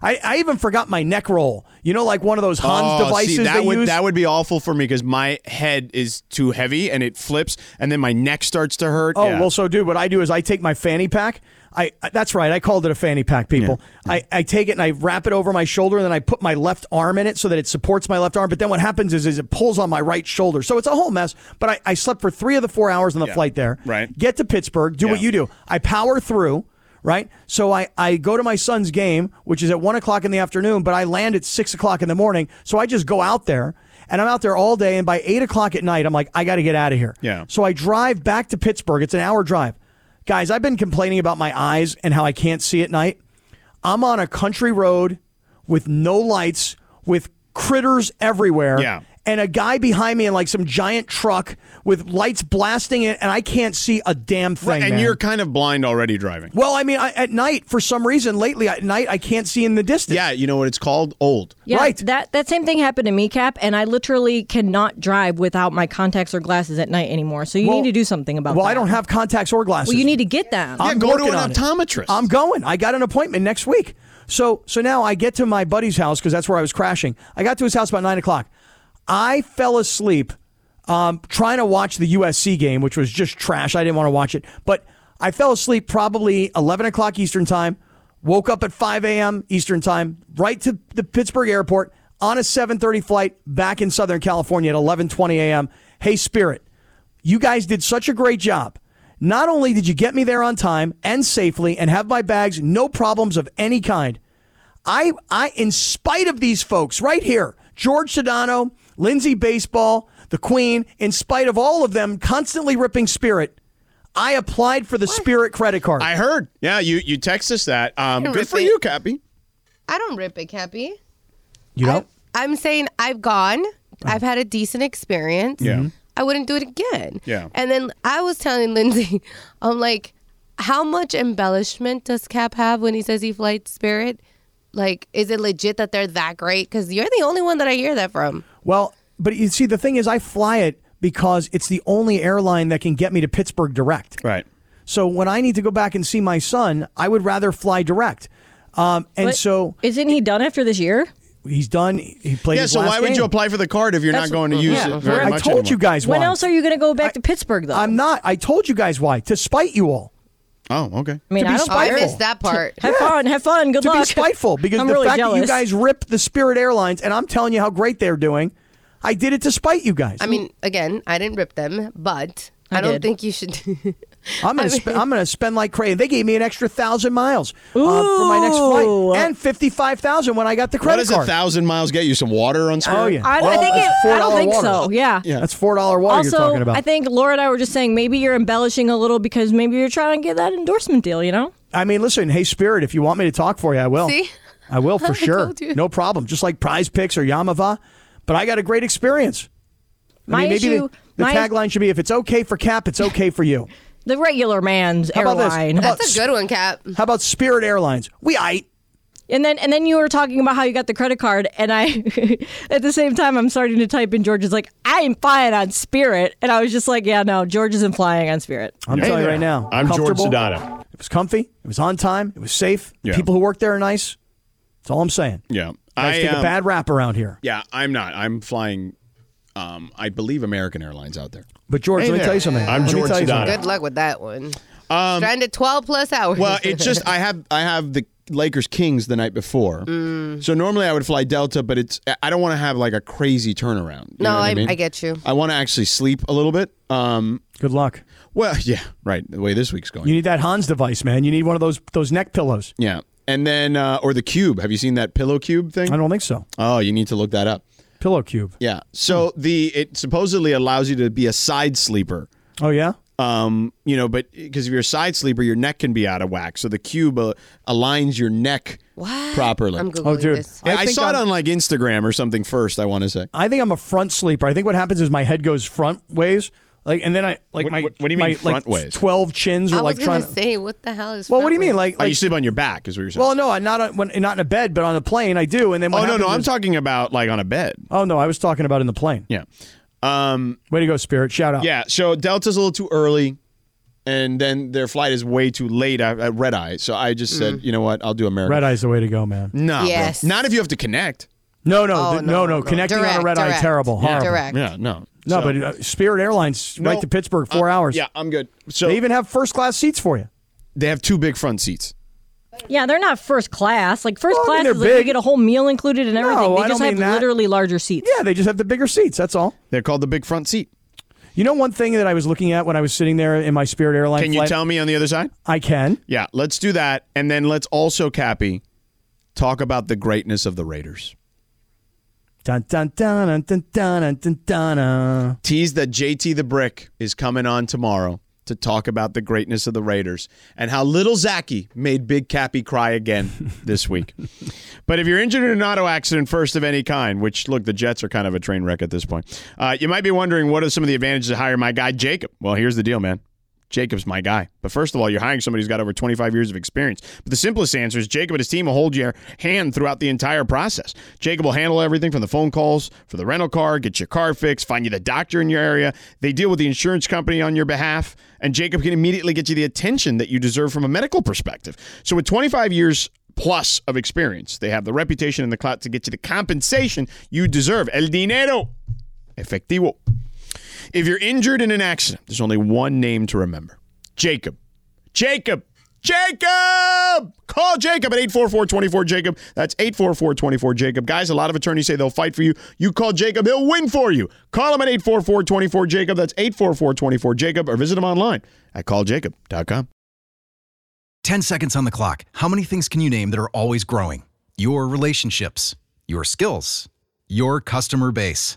Speaker 3: I, I even forgot my neck roll. You know, like one of those Hans
Speaker 5: Oh,
Speaker 3: devices
Speaker 5: see, that
Speaker 3: they
Speaker 5: would
Speaker 3: use.
Speaker 5: that would be awful for me because my head is too heavy and it flips, and then my neck starts to hurt.
Speaker 3: Oh
Speaker 5: Yeah.
Speaker 3: well, so dude, what I do is I take my fanny pack. I I- that's right. I called it a fanny pack, people. I, I take it and I wrap it over my shoulder, and then I put my left arm in it so that it supports my left arm. But then what happens is, is it pulls on my right shoulder, so it's a whole mess. But I, I slept for three of the four hours on the flight there.
Speaker 5: Right.
Speaker 3: Get to Pittsburgh. Do what
Speaker 5: Yeah.
Speaker 3: you do. I power through. Right. So I I go to my son's game, which is at one o'clock in the afternoon, but I land at six o'clock in the morning. So I just go out there. And I'm out there all day, and by eight o'clock at night, I'm like, I got to get out of here.
Speaker 5: Yeah.
Speaker 3: So I drive back to Pittsburgh. It's an hour drive. Guys, I've been complaining about my eyes and how I can't see at night. I'm on a country road with no lights, with critters everywhere.
Speaker 5: Yeah.
Speaker 3: And a guy behind me in like some giant truck with lights blasting it, and I can't see a damn thing.
Speaker 5: and
Speaker 3: man.
Speaker 5: you're kind of blind already driving.
Speaker 3: well, I mean, I, at night for some reason lately at night I can't see in the distance.
Speaker 5: Yeah, you know what it's called? Old.
Speaker 9: Yeah,
Speaker 3: Right.
Speaker 9: That that same thing happened to me, Cap, and I literally cannot drive without my contacts or glasses at night anymore. So you
Speaker 3: Well-
Speaker 9: need to do something about
Speaker 3: Well,
Speaker 9: that.
Speaker 3: I don't have contacts or glasses.
Speaker 9: Well, you need to get them.
Speaker 5: Yeah,
Speaker 3: I'm
Speaker 5: go to
Speaker 3: working
Speaker 5: an
Speaker 3: on it.
Speaker 5: optometrist.
Speaker 3: I'm going. I got an appointment next week. So so now I get to my buddy's house because that's where I was crashing. I got to his house about nine o'clock. I fell asleep um, trying to watch the USC game, which was just trash. I didn't want to watch it, but I fell asleep probably eleven o'clock Eastern time. Woke up at five a.m. Eastern time, right to the Pittsburgh airport on a seven thirty flight back in Southern California at eleven twenty a.m. Hey Spirit, you guys did such a great job. Not only did you get me there on time and safely and have my bags, no problems of any kind. I, I, in spite of these folks right here, George Sedano, Lindsay Baseball, the Queen, in spite of all of them constantly ripping Spirit, I applied for the Spirit credit card.
Speaker 5: I heard. Yeah, you you text us that. Um,
Speaker 10: Can
Speaker 5: good
Speaker 10: rip
Speaker 5: for
Speaker 10: it.
Speaker 5: you, Cappy.
Speaker 10: I don't rip it, Cappy.
Speaker 3: you know,
Speaker 10: I'm saying I've gone. I've had a decent experience.
Speaker 5: Yeah. Mhm.
Speaker 10: I wouldn't do it again.
Speaker 5: Yeah.
Speaker 10: And then I was telling Lindsay, I'm like, how much embellishment does Cap have when he says he flights Spirit? Like, is it legit that they're that great? Because you're the only one that I hear that from.
Speaker 3: well, but you see, the thing is, I fly it because it's the only airline that can get me to Pittsburgh direct.
Speaker 5: Right.
Speaker 3: So when I need to go back and see my son, I would rather fly direct. Um, and
Speaker 9: But
Speaker 3: so
Speaker 9: isn't he done after this year?
Speaker 3: he's done. He played.
Speaker 5: Yeah,
Speaker 3: his
Speaker 5: so
Speaker 3: last
Speaker 5: why would
Speaker 3: game.
Speaker 5: you apply for the card if you're
Speaker 9: That's-
Speaker 5: not going to use
Speaker 9: yeah.
Speaker 5: it very
Speaker 3: I
Speaker 5: much
Speaker 3: told
Speaker 5: anymore?
Speaker 3: you guys
Speaker 9: When
Speaker 3: why.
Speaker 9: else are you going to go back to Pittsburgh though?
Speaker 3: I'm not. I told you guys why to spite you all.
Speaker 5: Oh, okay.
Speaker 9: I mean,
Speaker 3: to be
Speaker 9: I don't
Speaker 10: Oh, I
Speaker 3: spiteful.
Speaker 9: care.
Speaker 10: missed that part.
Speaker 9: Have fun. Have fun. Good
Speaker 3: to
Speaker 9: luck.
Speaker 3: be spiteful because
Speaker 9: I'm
Speaker 3: the
Speaker 9: really
Speaker 3: fact that you
Speaker 9: jealous.
Speaker 3: guys ripped the Spirit Airlines, and I'm telling you how great they're doing. I did it to spite you guys.
Speaker 10: I mean, again, I didn't rip them, but I, don't
Speaker 9: did.
Speaker 10: think you should.
Speaker 3: I'm gonna sp- I'm gonna spend like crazy. They gave me an extra thousand miles uh, for my next
Speaker 9: Ooh.
Speaker 3: flight and fifty five thousand when I got the
Speaker 5: What
Speaker 3: credit
Speaker 5: does a
Speaker 3: card.
Speaker 5: thousand miles get you? Some water on Spirit?
Speaker 3: Oh, yeah.
Speaker 9: I, I
Speaker 3: Well,
Speaker 9: think
Speaker 3: that's
Speaker 9: it, I don't
Speaker 3: $4
Speaker 9: think
Speaker 3: water.
Speaker 9: so. Yeah.
Speaker 3: That's four dollar water you're
Speaker 9: Also,
Speaker 3: talking about.
Speaker 9: I think Laura and I were just saying maybe you're embellishing a little because maybe you're trying to get that endorsement deal. You know,
Speaker 3: I mean, listen, hey Spirit, if you want me to talk for you, I will.
Speaker 10: See?
Speaker 3: I will for sure.
Speaker 10: told you.
Speaker 3: No problem. Just like Prize Picks or Yamava, but I got a great experience. I
Speaker 9: my
Speaker 3: mean, maybe
Speaker 9: issue,
Speaker 3: the, the
Speaker 9: my
Speaker 3: tagline should be: If it's okay for Cap, it's okay for you.
Speaker 9: the regular man's
Speaker 3: How about this?
Speaker 9: airline.
Speaker 3: How about
Speaker 10: That's a good one, Cap.
Speaker 3: How about Spirit Airlines? We I
Speaker 9: And then and then you were talking about how you got the credit card and I at the same time I'm starting to type in George is like, I am flying on spirit and I was just like, Yeah, no, George isn't flying on spirit.
Speaker 3: I'm telling you right now.
Speaker 5: I'm George
Speaker 3: comfortable.
Speaker 5: Sedano.
Speaker 3: It was comfy. It was on time. It was safe. The
Speaker 5: Yeah.
Speaker 3: People who work there are nice. That's all I'm saying.
Speaker 5: Yeah.
Speaker 3: Guys
Speaker 5: I
Speaker 3: take a
Speaker 5: um,
Speaker 3: bad rap around here.
Speaker 5: Yeah, I'm not. I'm flying. Um, I believe American Airlines out there.
Speaker 3: But George,
Speaker 5: Hey
Speaker 3: let me
Speaker 5: there.
Speaker 3: tell you something.
Speaker 5: I'm
Speaker 3: Let me
Speaker 5: George
Speaker 3: tell you
Speaker 5: Sedano.
Speaker 3: something. Um,
Speaker 10: Good luck with that one. Stranded 12 plus hours.
Speaker 5: Well, it's just I have I have the Lakers Kings the night before,
Speaker 3: Mm.
Speaker 5: so normally I would fly Delta, but it's I don't want to have like a crazy turnaround. you
Speaker 10: No,
Speaker 5: know what
Speaker 10: I-
Speaker 5: I, mean?
Speaker 10: I get you.
Speaker 5: I want to actually sleep a little bit. Um,
Speaker 3: Good luck.
Speaker 5: well, yeah, right. The way this week's going,
Speaker 3: You need that Hans device, man. You need one of those those neck pillows.
Speaker 5: yeah, and then uh, or the cube. Have you seen that pillow cube thing?
Speaker 3: I don't think so.
Speaker 5: Oh, you need to look that up.
Speaker 3: Pillow cube. Hmm.
Speaker 5: Yeah. So the it supposedly allows you to be a side sleeper.
Speaker 3: Oh yeah.
Speaker 5: um, you know, but because if you're a side sleeper, your neck can be out of whack. So the cube uh, aligns your neck
Speaker 10: What?
Speaker 5: properly.
Speaker 10: I'm Googling
Speaker 3: Oh dude.
Speaker 10: this.
Speaker 5: I, I
Speaker 3: think
Speaker 5: saw
Speaker 3: I'm,
Speaker 5: it on like Instagram or something first. I want to say.
Speaker 3: I think I'm a front sleeper. I think what happens is my head goes front ways, like, and then I like
Speaker 5: What-
Speaker 3: my
Speaker 5: what- what do you
Speaker 3: my,
Speaker 5: mean front
Speaker 3: like,
Speaker 5: ways?
Speaker 3: Twelve chins
Speaker 10: I
Speaker 3: are
Speaker 10: was
Speaker 3: like
Speaker 10: going
Speaker 3: trying.
Speaker 10: to
Speaker 3: to-
Speaker 10: say, what the hell is
Speaker 3: well, what do you
Speaker 10: front
Speaker 3: mean?
Speaker 10: with-
Speaker 3: Like,
Speaker 5: oh,
Speaker 3: like
Speaker 5: you sleep on your back, is what you're saying.
Speaker 3: well, no, I'm not on, when, not in a bed, but on a plane I do. And then what
Speaker 5: oh no, no,
Speaker 3: happens
Speaker 5: I'm
Speaker 3: is-
Speaker 5: talking about like on a bed.
Speaker 3: Oh no, I was talking about in the plane.
Speaker 5: Yeah, um,
Speaker 3: Way to go, Spirit! Shout out.
Speaker 5: yeah. So Delta's a little too early, and then their flight is way too late at, at red eye. So I just
Speaker 10: Mm.
Speaker 5: said, you know what, I'll do American.
Speaker 3: Red eye's the way to go, man.
Speaker 5: No,
Speaker 10: Yes.
Speaker 5: not if you have to connect.
Speaker 3: No, no,
Speaker 10: Oh,
Speaker 3: th- no, no,
Speaker 10: no, no.
Speaker 3: Connecting on a
Speaker 10: Direct,
Speaker 3: red eye,
Speaker 10: direct.
Speaker 3: terrible, horrible.
Speaker 10: Direct.
Speaker 5: Yeah, no,
Speaker 3: No,
Speaker 5: So-
Speaker 3: but uh, Spirit Airlines,
Speaker 5: No.
Speaker 3: right to Pittsburgh, four
Speaker 5: Uh,
Speaker 3: hours.
Speaker 5: Yeah, I'm good. So
Speaker 3: They even have first class seats for you.
Speaker 5: they have two big front seats.
Speaker 9: Yeah, they're not first class. Like first
Speaker 3: Well, I
Speaker 9: class
Speaker 3: mean, they're
Speaker 9: is like you
Speaker 3: big.
Speaker 9: get a whole meal included and everything.
Speaker 3: No,
Speaker 9: Oh, they
Speaker 3: I
Speaker 9: just
Speaker 3: don't
Speaker 9: have
Speaker 3: mean that.
Speaker 9: literally larger seats.
Speaker 3: Yeah, they just have the bigger seats. That's all.
Speaker 5: They're called the big front seat.
Speaker 3: You know, one thing that I was looking at when I was sitting there in my Spirit Airlines
Speaker 5: Can you
Speaker 3: flight.
Speaker 5: tell me on the other side?
Speaker 3: I can.
Speaker 5: Yeah, let's do that. And then let's also, Cappy, talk about the greatness of the Raiders.
Speaker 3: Dun dun dun dun dun dun dun dun. dun.
Speaker 5: Tease that JT the Brick is coming on tomorrow to talk about the greatness of the Raiders and how little Zachy made Big Cappy cry again this week. But if you're injured in an auto accident, first of any kind, which look, the Jets are kind of a train wreck at this point, uh, you might be wondering what are some of the advantages to hire my guy Jacob? Well, here's the deal, man. Jacob's my guy. But first of all, you're hiring somebody who's got over 25 years of experience. But the simplest answer is Jacob and his team will hold your hand throughout the entire process. Jacob will handle everything from the phone calls for the rental car, get your car fixed, find you the doctor in your area. They deal with the insurance company on your behalf, and Jacob can immediately get you the attention that you deserve from a medical perspective. So with 25 years plus of experience, they have the reputation and the clout to get you the compensation you deserve. El dinero efectivo. If you're injured in an accident, there's only one name to remember Jacob. Jacob. Jacob! Call Jacob at 844-24-JACOB. That's 844-24-JACOB. Guys, a lot of attorneys say they'll fight for you. You call Jacob, he'll win for you. Call him at 844-24-JACOB. That's 844-24-JACOB. Or visit him online at calljacob.com.
Speaker 7: 10 seconds on the clock. How many things can you name that are always growing? Your relationships, your skills, your customer base.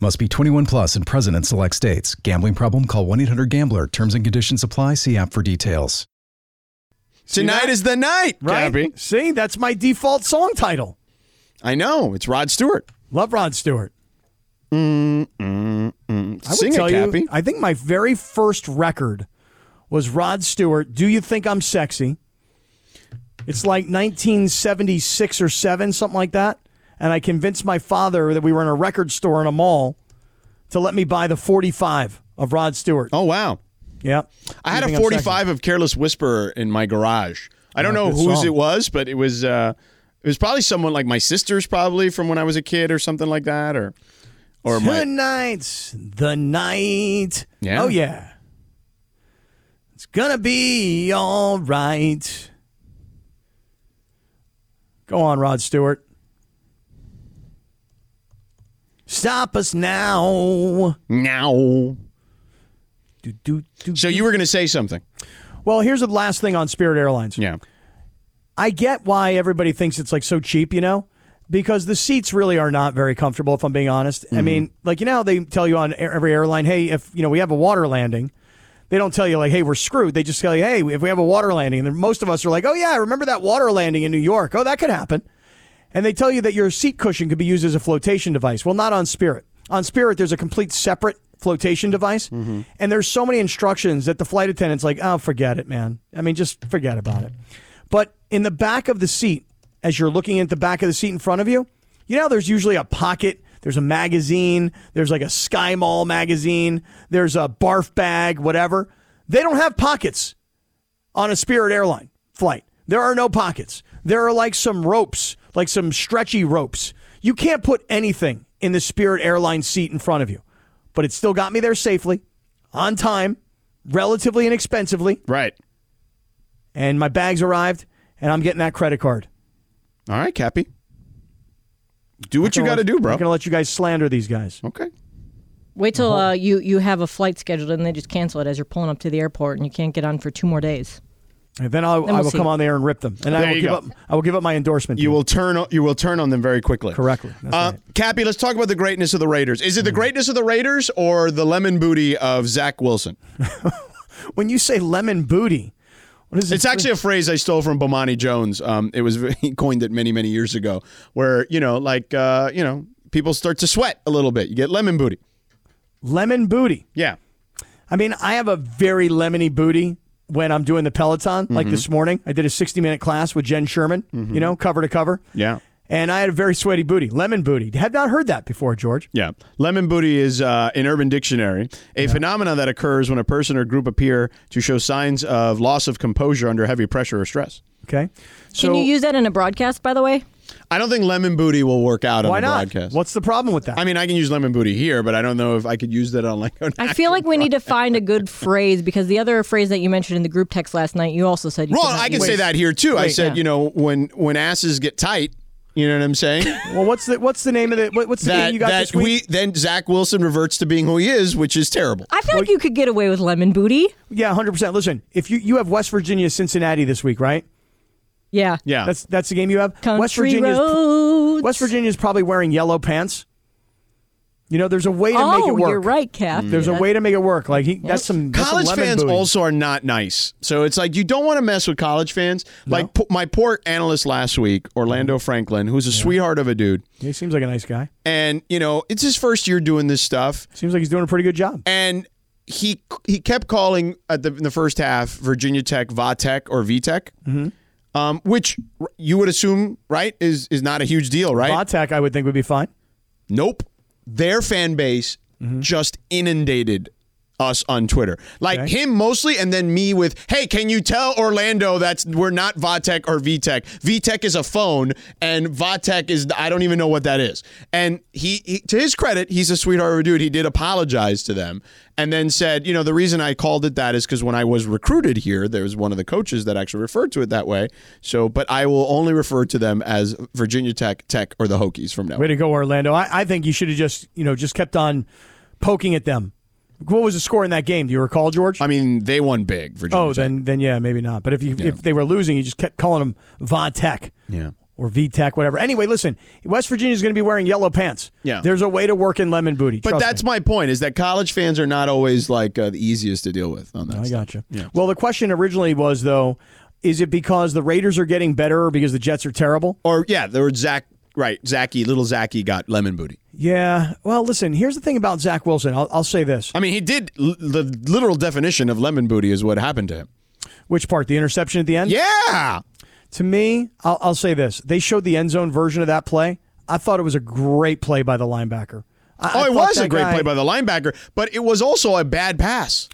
Speaker 7: Must be 21 plus and present in select states. Gambling problem? Call 1 800 Gambler. Terms and conditions apply. See app for details.
Speaker 5: Tonight is the night,
Speaker 3: Right?
Speaker 5: Cappy.
Speaker 3: See, that's my default song title.
Speaker 5: I know. It's Rod Stewart.
Speaker 3: Love Rod Stewart. I would
Speaker 5: Um, Sing
Speaker 3: tell
Speaker 5: it, Cappy.
Speaker 3: you, I think my very first record was Rod Stewart. Do you think I'm sexy? It's like 1976 or seven, something like that. And I convinced my father that we were in a record store in a mall to let me buy the 45 of Rod Stewart.
Speaker 5: oh, wow.
Speaker 3: Yeah,
Speaker 5: I had
Speaker 3: Do you
Speaker 5: a
Speaker 3: think I'm sexy?
Speaker 5: 45 of Careless Whisperer in my garage. I don't know
Speaker 3: Oh, good
Speaker 5: whose
Speaker 3: song.
Speaker 5: it was, but it was uh, it was probably someone like my sister's, probably from when I was a kid or something like that, or or my
Speaker 3: Tonight's the night.
Speaker 5: Yeah.
Speaker 3: Oh yeah. It's gonna be all right. Go on, Rod Stewart. Stop us now.
Speaker 5: now.
Speaker 3: Do, do, do,
Speaker 5: So
Speaker 3: do.
Speaker 5: you were going to say something?
Speaker 3: Well, here's the last thing on Spirit Airlines.
Speaker 5: Yeah.
Speaker 3: I get why everybody thinks it's like so cheap, you know, because the seats really are not very comfortable. If I'm being honest, I mean, like you know, how they tell you on air- every airline, hey, if you know we have a water landing, they don't tell you like, hey, we're screwed. They just tell you, hey, if we have a water landing, and then most of us are like, oh yeah, I remember that water landing in New York. Oh, that could happen. And they tell you that your seat cushion could be used as a flotation device. Well, not on Spirit. On Spirit, there's a complete separate flotation device, and there's so many instructions that the flight attendant's like, "Oh, forget it, man. I mean, just forget about it." But in the back of the seat, as you're looking at the back of the seat in front of you, you know, there's usually a pocket. There's a magazine. There's like a Sky Mall magazine. There's a barf bag, whatever. They don't have pockets on a Spirit airline flight. There are no pockets. There are like some ropes, like some stretchy ropes. You can't put anything in the Spirit airline seat in front of you, but it still got me there safely, on time, relatively inexpensively,
Speaker 5: Right.
Speaker 3: and my bags arrived, and I'm getting that credit card.
Speaker 5: All right, Cappy. Do what you got to do, bro.
Speaker 3: I'm gonna let you guys slander these guys.
Speaker 5: Okay.
Speaker 9: Wait till
Speaker 5: Uh-huh.
Speaker 9: uh, you you have a flight scheduled and they just cancel it as you're pulling up to the airport and you can't get on for two more days.
Speaker 3: And then I'll,
Speaker 9: Then
Speaker 3: I
Speaker 9: we'll
Speaker 3: will
Speaker 9: see.
Speaker 3: come on there and rip them, and I
Speaker 5: There
Speaker 3: will
Speaker 5: you
Speaker 3: give
Speaker 5: go.
Speaker 3: up. I will give up my endorsement.
Speaker 5: You will turn. You will turn on them very quickly.
Speaker 3: Correctly. That's Mm-hmm.
Speaker 5: Uh, Cappy, let's talk about the greatness of the Raiders. Is it the greatness of the Raiders or the lemon booty of Zach Wilson?
Speaker 3: when you say lemon booty, what is it?
Speaker 5: It's actually a phrase I stole from Bomani Jones. Um, it was he coined it many many years ago, where you know, like uh, you know, people start to sweat a little bit. You get lemon booty.
Speaker 3: lemon booty.
Speaker 5: Yeah.
Speaker 3: I mean, I have a very lemony booty when I'm doing the Peloton.
Speaker 5: Mm-hmm.
Speaker 3: Like this morning, I did a 60 minute class with Jen Sherman, you know, cover to cover.
Speaker 5: Yeah.
Speaker 3: And I had a very sweaty booty, lemon booty. Had not heard that before, George.
Speaker 5: Yeah. Lemon booty is, uh, in Urban Dictionary, a phenomenon that occurs when a person or group appear to show signs of loss of composure under heavy pressure or stress.
Speaker 3: Okay. So
Speaker 9: Can you use that in a broadcast, by the way?
Speaker 5: I don't think lemon booty will work out
Speaker 3: why
Speaker 5: on the
Speaker 3: not?
Speaker 5: broadcast.
Speaker 3: What's the problem with that?
Speaker 5: I mean, I can use lemon booty here, but I don't know if I could use that on like. an
Speaker 9: I feel like we need to find a good phrase because the other phrase that you mentioned in the group text last night, you also said you
Speaker 5: Well,
Speaker 9: could not
Speaker 5: I can
Speaker 9: use.
Speaker 5: say that here too. I
Speaker 9: Wait,
Speaker 5: said,
Speaker 9: yeah.
Speaker 5: you know, when when asses get tight, you know what I'm saying?
Speaker 3: well, what's the what's the name of the what, what's the
Speaker 5: that
Speaker 3: game you got
Speaker 5: that
Speaker 3: this week?
Speaker 5: we then Zach Wilson reverts to being who he is, which is terrible.
Speaker 9: I feel like you could get away with lemon booty.
Speaker 3: yeah, hundred percent. Listen, if you you have West Virginia, Cincinnati this week, right?
Speaker 9: Yeah.
Speaker 5: yeah,
Speaker 3: That's that's the game you have.
Speaker 9: Country
Speaker 3: West Virginia's
Speaker 9: roads.
Speaker 3: West Virginia's probably wearing yellow pants. You know, there's a way to
Speaker 9: oh,
Speaker 3: make it work.
Speaker 9: you're right, Cap.
Speaker 3: There's a way to make it work. Like he, that's some that's some
Speaker 5: Mm. college
Speaker 3: lemon
Speaker 5: fans
Speaker 3: booty.
Speaker 5: also are not nice. So it's like you don't want to mess with college fans. Like po- my poor analyst last week,
Speaker 3: Mm-hmm.
Speaker 5: Orlando Franklin, who's a sweetheart of a dude,
Speaker 3: He seems like a nice guy.
Speaker 5: and you know it's his first year doing this stuff,
Speaker 3: Seems like he's doing a pretty good job.
Speaker 5: and he he kept calling at the in the first half Virginia Tech Vatech or VTech,
Speaker 3: Mm-hmm.
Speaker 5: um, which r- you would assume right is is not a huge deal, right?
Speaker 3: Vatek, I would think, would be fine. Mm-hmm.
Speaker 5: Nope. Their fan base just inundated us on Twitter. Like him mostly, and then me with, hey, can you tell Orlando that's we're not Vatech or VTech? VTech is a phone, and Vatech is I don't even know what that is. And he, he to his credit, he's a sweetheart of a dude. He did apologize to them and then said, you know, the reason I called it that is because when I was recruited here, there was one of the coaches that actually referred to it that way. So, but I will only refer to them as Virginia Tech, Tech, or the Hokies from now. on.
Speaker 3: Way to go, Orlando. I, I think you should have just, you know, just kept on poking at them. What was the score in that game? Do you recall, George?
Speaker 5: I mean, they won big, Virginia.
Speaker 3: oh,
Speaker 5: Tech.
Speaker 3: then then yeah, maybe not. But if you
Speaker 5: Yeah.
Speaker 3: if they were losing, you just kept calling them Va Tech
Speaker 5: yeah.
Speaker 3: or V Tech, whatever. Anyway, listen, West Virginia's going to be wearing yellow pants.
Speaker 5: Yeah.
Speaker 3: there's a way to work in lemon booty.
Speaker 5: But
Speaker 3: Trust
Speaker 5: that's
Speaker 3: me.
Speaker 5: my point: is that college fans are not always like uh, the easiest to deal with on that.
Speaker 3: I
Speaker 5: stuff.
Speaker 3: gotcha. Well, the question originally was though, is it because the Raiders are getting better or because the Jets are terrible?
Speaker 5: Or yeah, there were Zach. Right, Zachy, little Zachy got lemon booty.
Speaker 3: Yeah. Well, listen, here's the thing about Zach Wilson. I'll, I'll say this.
Speaker 5: I mean, he did. L- the literal definition of lemon booty is what happened to him.
Speaker 3: Which part? The interception at the end?
Speaker 5: Yeah,
Speaker 3: To me, I'll, I'll say this. They showed the end zone version of that play. I thought it was a great play by the linebacker. I,
Speaker 5: Oh,
Speaker 3: I
Speaker 5: it
Speaker 3: thought
Speaker 5: was a
Speaker 3: that
Speaker 5: great
Speaker 3: guy-
Speaker 5: play by the linebacker, but it was also a bad pass.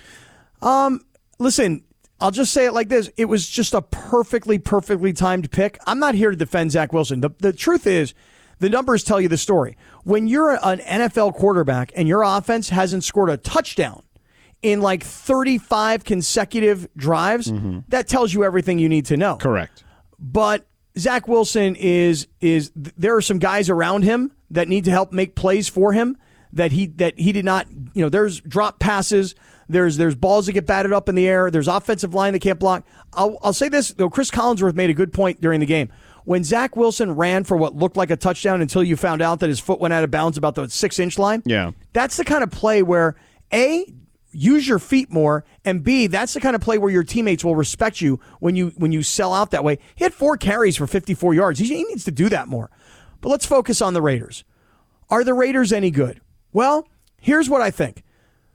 Speaker 3: Um, Listen, I'll just say it like this. It was just a perfectly, perfectly timed pick. I'm not here to defend Zach Wilson. The, the truth is, the numbers tell you the story. When you're an NFL quarterback and your offense hasn't scored a touchdown in like 35 consecutive drives, that tells you everything you need to know.
Speaker 5: Correct.
Speaker 3: but Zach Wilson is is there are some guys around him that need to help make plays for him that he that he did not you know there's drop passes there's there's balls that get batted up in the air there's offensive line that can't block I'll, I'll say this though Chris Collinsworth made a good point during the game when Zach Wilson ran for what looked like a touchdown until you found out that his foot went out of bounds about the six inch line
Speaker 5: Yeah.
Speaker 3: that's the kind of play where a use your feet more and b that's the kind of play where your teammates will respect you when you when you sell out that way he had four carries for 54 yards he, he needs to do that more but let's focus on the raiders are the raiders any good well here's what i think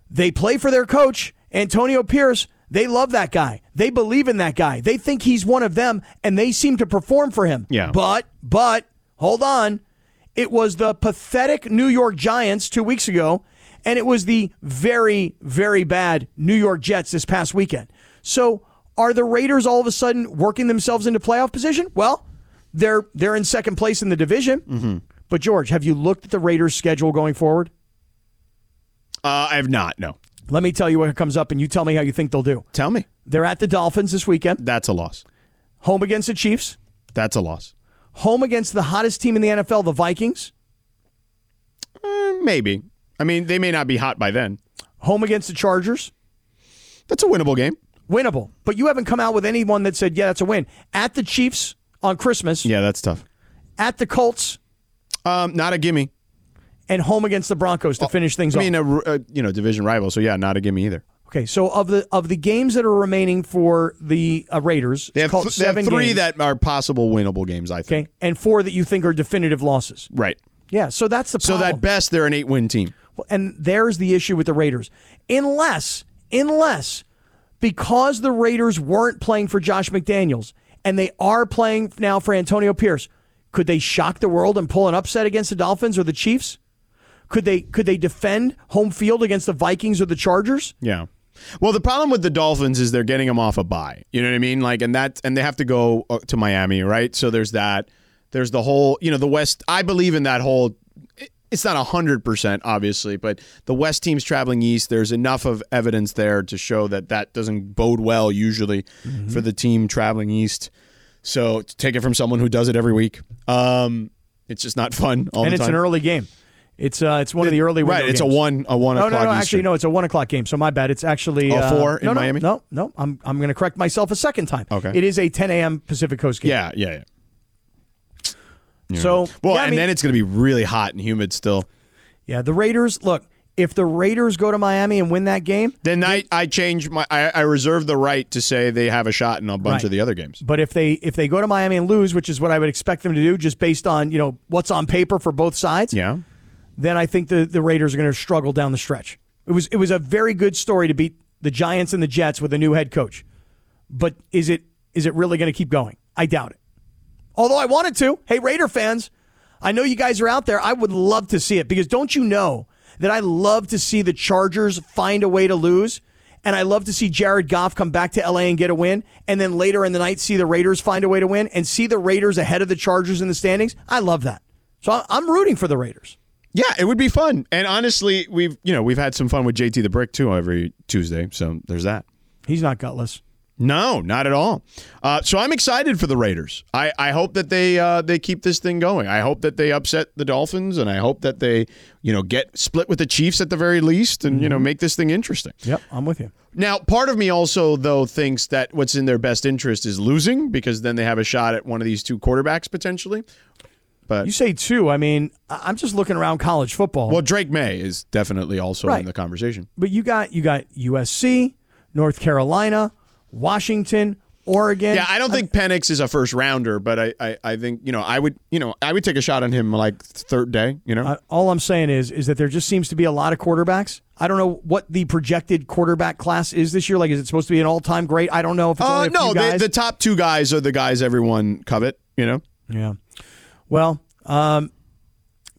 Speaker 3: they play for their coach antonio pierce they love that guy they believe in that guy they think he's one of them and they seem to perform for him
Speaker 5: Yeah.
Speaker 3: but but hold on it was the pathetic New York Giants two weeks ago, and it was the very, very bad New York Jets this past weekend. So are the Raiders all of a sudden working themselves into playoff position? Well, they're they're in second place in the division. But George, have you looked at the Raiders' schedule going forward?
Speaker 5: Uh, I have not. No.
Speaker 3: Let me tell you what comes up, and you tell me how you think they'll do.
Speaker 5: Tell me.
Speaker 3: They're at the Dolphins this weekend,
Speaker 5: That's a loss.
Speaker 3: home against the Chiefs,
Speaker 5: That's a loss.
Speaker 3: home against the hottest team in the NFL, the Vikings,
Speaker 5: Eh, maybe. I mean, they may not be hot by then.
Speaker 3: home against the Chargers.
Speaker 5: That's a winnable game.
Speaker 3: winnable. But you haven't come out with anyone that said, yeah, that's a win. At the Chiefs on Christmas,
Speaker 5: Yeah, that's tough.
Speaker 3: at the Colts,
Speaker 5: Um, not a gimme. Oh,
Speaker 3: and home against the Broncos to finish things
Speaker 5: I mean,
Speaker 3: off.
Speaker 5: a, r- a, you know division rival. So yeah, not a gimme either.
Speaker 3: Okay, so of the of the games that are remaining for the uh, Raiders,
Speaker 5: They have,
Speaker 3: call it
Speaker 5: th- they have
Speaker 3: seven
Speaker 5: three
Speaker 3: games,
Speaker 5: that are possible winnable games. I think.
Speaker 3: okay, and four that you think are definitive losses.
Speaker 5: Right.
Speaker 3: Yeah, so that's the
Speaker 5: So
Speaker 3: problem.
Speaker 5: at best, they're an eight-win team.
Speaker 3: Well, and there's the issue with the Raiders. Unless, unless, because the Raiders weren't playing for Josh McDaniels and they are playing now for Antonio Pierce, could they shock the world and pull an upset against the Dolphins or the Chiefs? Could they could they defend home field against the Vikings or the Chargers?
Speaker 5: Yeah. Well, the problem with the Dolphins is they're getting them off a bye. You know what I mean? Like, and that, and they have to go uh, to Miami, right? So there's that. There's the whole, you know, the West. I believe in that whole. it- It's not hundred percent, obviously, but the West teams traveling east. There's enough of evidence there to show that that doesn't bode well usually
Speaker 3: Mm-hmm.
Speaker 5: for the team traveling east. So to take it from someone who does it every week. Um, it's just not fun all
Speaker 3: and
Speaker 5: the
Speaker 3: it's
Speaker 5: time.
Speaker 3: an early game. It's uh, it's one of the early
Speaker 5: right?
Speaker 3: window
Speaker 5: It's
Speaker 3: games.
Speaker 5: a one, a one
Speaker 3: No,
Speaker 5: o'clock.
Speaker 3: no, no. Actually,
Speaker 5: Eastern.
Speaker 3: no. It's a one o'clock game. So my bad. It's actually
Speaker 5: Oh,
Speaker 3: uh,
Speaker 5: four in
Speaker 3: no, no,
Speaker 5: Miami?
Speaker 3: No, no. I'm I'm going to correct myself a second time.
Speaker 5: Okay.
Speaker 3: It is a 10 a.m. Pacific Coast game.
Speaker 5: Yeah, yeah, yeah.
Speaker 3: So yeah,
Speaker 5: Well,
Speaker 3: I
Speaker 5: and
Speaker 3: mean-
Speaker 5: then it's going to be really hot and humid still.
Speaker 3: Yeah, the Raiders. Look, if the Raiders go to Miami and win that game,
Speaker 5: Then I, I change my I, I reserve the right to say they have a shot in a bunch
Speaker 3: Right.
Speaker 5: of the other games.
Speaker 3: but if they if they go to Miami and lose, which is what I would expect them to do, just based on you know what's on paper for both sides,
Speaker 5: Yeah.
Speaker 3: then I think the the Raiders are going to struggle down the stretch. It was it was a very good story to beat the Giants and the Jets with a new head coach, but is it is it really going to keep going? I doubt it. Although I wanted to. Hey, Raider fans, I know you guys are out there. I would love to see it because don't you know that I love to see the Chargers find a way to lose. And I love to see Jared Goff come back to LA and get a win. And then later in the night, see the Raiders find a way to win and see the Raiders ahead of the Chargers in the standings. I love that. So I- I'm rooting for the Raiders.
Speaker 5: Yeah, it would be fun. And honestly, we've you know we've had some fun with JT the Brick too every Tuesday. So there's that.
Speaker 3: He's not gutless.
Speaker 5: No, not at all. Uh, so I'm excited for the Raiders. I, I hope that they uh, they keep this thing going. I hope that they upset the Dolphins, and I hope that they you know get split with the Chiefs at the very least, and you
Speaker 3: Mm-hmm.
Speaker 5: know make this thing interesting.
Speaker 3: Yep, I'm with you.
Speaker 5: Now, part of me also, though, thinks that what's in their best interest is losing because then they have a shot at one of these two quarterbacks potentially.
Speaker 3: You say two. I mean, I- I'm just looking around college football.
Speaker 5: Well, Drake May is definitely also
Speaker 3: Right.
Speaker 5: in the conversation.
Speaker 3: But you got you got USC, North Carolina, Washington, Oregon.
Speaker 5: Yeah, I don't think Penix is a first rounder, but I, I, I think you know I would you know I would take a shot on him like third day. You know,
Speaker 3: Uh, all I'm saying is is that there just seems to be a lot of quarterbacks. I don't know what the projected quarterback class is this year. Like, is it supposed to be an all time great? I don't know if it's only a
Speaker 5: uh, no,
Speaker 3: few
Speaker 5: the,
Speaker 3: guys.
Speaker 5: the top two guys are the guys everyone covet. You know,
Speaker 3: yeah. Well, um,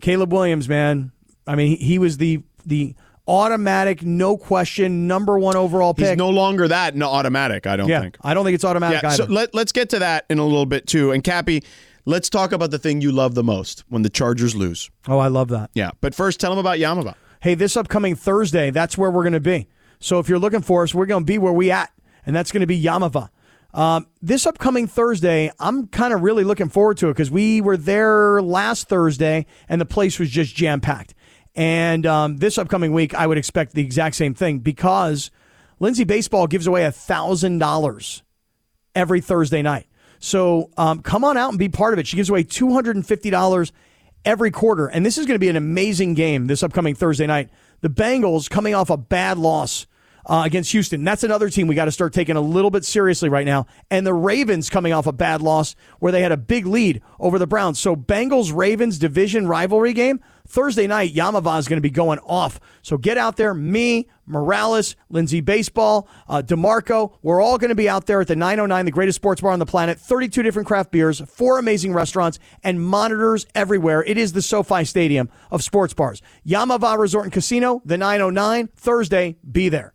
Speaker 3: Caleb Williams, man. I mean, he, he was the the automatic, no question, number one overall
Speaker 5: he's
Speaker 3: pick.
Speaker 5: no longer that no automatic. I don't
Speaker 3: yeah,
Speaker 5: think.
Speaker 3: I don't think it's automatic
Speaker 5: Yeah,
Speaker 3: either.
Speaker 5: so let, let's get to that in a little bit too. And Cappy, let's talk about the thing you love the most when the Chargers lose.
Speaker 3: oh, I love that.
Speaker 5: Yeah, but first tell them about Yamava.
Speaker 3: hey, this upcoming Thursday, that's where we're going to be. So if you're looking for us, we're going to be where we at, and that's going to be Yamava. Um, this upcoming Thursday, I'm kind of really looking forward to it because we were there last Thursday, and the place was just jam packed. And um, this upcoming week, I would expect the exact same thing because Lindsay Baseball gives away a thousand dollars every Thursday night. So um, come on out and be part of it. She gives away $250 every quarter. And this is going to be an amazing game this upcoming Thursday night. The Bengals coming off a bad loss uh, against Houston. That's another team we got to start taking a little bit seriously right now. And the Ravens coming off a bad loss where they had a big lead over the Browns. So Bengals Ravens division rivalry game. Thursday night, Yamava is going to be going off. So get out there. Me, Morales, Lindsey Baseball, uh, DeMarco, we're all going to be out there at the 909, the greatest sports bar on the planet. 32 different craft beers, four amazing restaurants, and monitors everywhere. It is the SoFi Stadium of sports bars. Yamava Resort and Casino, the 909, Thursday. Be there.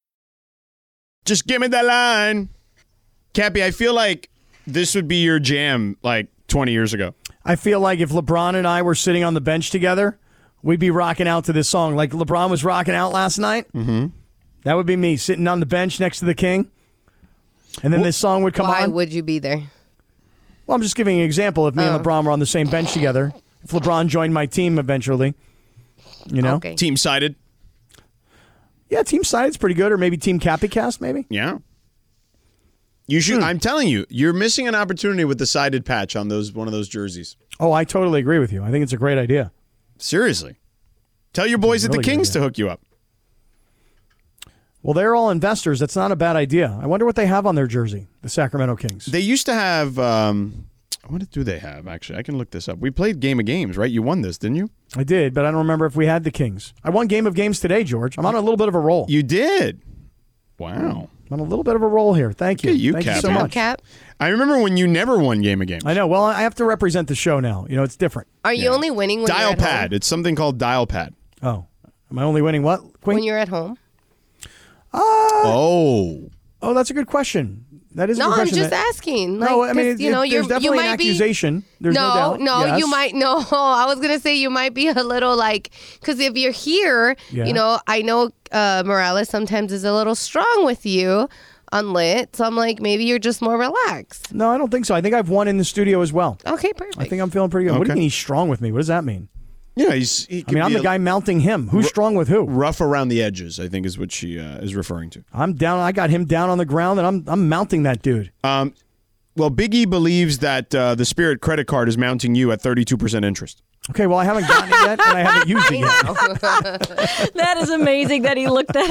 Speaker 5: Just give me the line, Cappy. I feel like this would be your jam like 20 years ago.
Speaker 3: I feel like if LeBron and I were sitting on the bench together, we'd be rocking out to this song. Like LeBron was rocking out last night. Mm-hmm. That would be me sitting on the bench next to the king. And then this song would come
Speaker 10: Why
Speaker 3: on.
Speaker 10: would you be there?
Speaker 3: Well, I'm just giving you an example. If me
Speaker 10: Oh.
Speaker 3: and LeBron were on the same bench together, if LeBron joined my team eventually, you know?
Speaker 10: Okay.
Speaker 5: Team sided.
Speaker 3: Yeah, team side's pretty good, or maybe team Cappy Cast, maybe.
Speaker 5: Yeah. You should.
Speaker 3: Hmm.
Speaker 5: I'm telling you, you're missing an opportunity with the sided patch on those one of those jerseys.
Speaker 3: Oh, I totally agree with you. I think it's a great idea.
Speaker 5: Seriously, tell your boys at
Speaker 3: Really
Speaker 5: the
Speaker 3: good
Speaker 5: Kings
Speaker 3: idea.
Speaker 5: to hook you up.
Speaker 3: Well, they're all investors. That's not a bad idea. I wonder what they have on their jersey, the Sacramento Kings.
Speaker 5: They used to have. Um, what do they have? Actually, I can look this up. We played Game of Games, right? You won this, didn't you?
Speaker 3: I did, but I don't remember if we had the Kings. I won game of games today, George. I'm on a little bit of a roll.
Speaker 5: You did. Wow.
Speaker 3: I'm on a little bit of a roll here. Thank you.
Speaker 5: Look at you,
Speaker 3: Thank you so
Speaker 5: Captain.
Speaker 3: much.
Speaker 10: Cap,
Speaker 5: I remember when you never won Game of Games.
Speaker 3: I know. Well, I have to represent the show now. You know, it's different.
Speaker 10: are you only winning when you're
Speaker 5: dial
Speaker 10: at home?
Speaker 5: pad. It's something called dial pad.
Speaker 3: Oh, am I only winning what,
Speaker 10: When
Speaker 3: Queen?
Speaker 10: you're at home,
Speaker 5: Oh.
Speaker 3: Oh, that's a good question. That is. a
Speaker 10: No,
Speaker 3: good
Speaker 10: I'm
Speaker 3: question.
Speaker 10: just
Speaker 3: That-
Speaker 10: asking. Like,
Speaker 3: No, I mean,
Speaker 10: 'cause, you
Speaker 3: it-
Speaker 10: know,
Speaker 3: there's
Speaker 10: you're,
Speaker 3: definitely
Speaker 10: you
Speaker 3: an
Speaker 10: might be-
Speaker 3: accusation. There's no
Speaker 10: no,
Speaker 3: doubt.
Speaker 10: no, you
Speaker 3: Yes.
Speaker 10: might no. I was gonna say you might be a little like because if you're here,
Speaker 3: Yeah.
Speaker 10: you know, I know uh, Morales sometimes is a little strong with you on lit, so I'm like maybe you're just more relaxed.
Speaker 3: No, I don't think so. I think I've won in the studio as well.
Speaker 10: Okay, perfect.
Speaker 3: I think I'm feeling pretty good. What do you
Speaker 5: Okay.
Speaker 3: mean he's strong with me? What does that mean?
Speaker 5: Yeah, he's. He
Speaker 3: I mean, I'm the guy mounting him. Who's strong with who?
Speaker 5: Rough around the edges, I think, is what she uh, is referring to.
Speaker 3: I'm down. I got him down on the ground, and I'm I'm mounting that dude.
Speaker 5: Um, well, Biggie believes that uh, the Spirit credit card is mounting you at 32% interest.
Speaker 3: Okay, well I haven't gotten it yet, and I haven't used it
Speaker 9: that is amazing that he looked that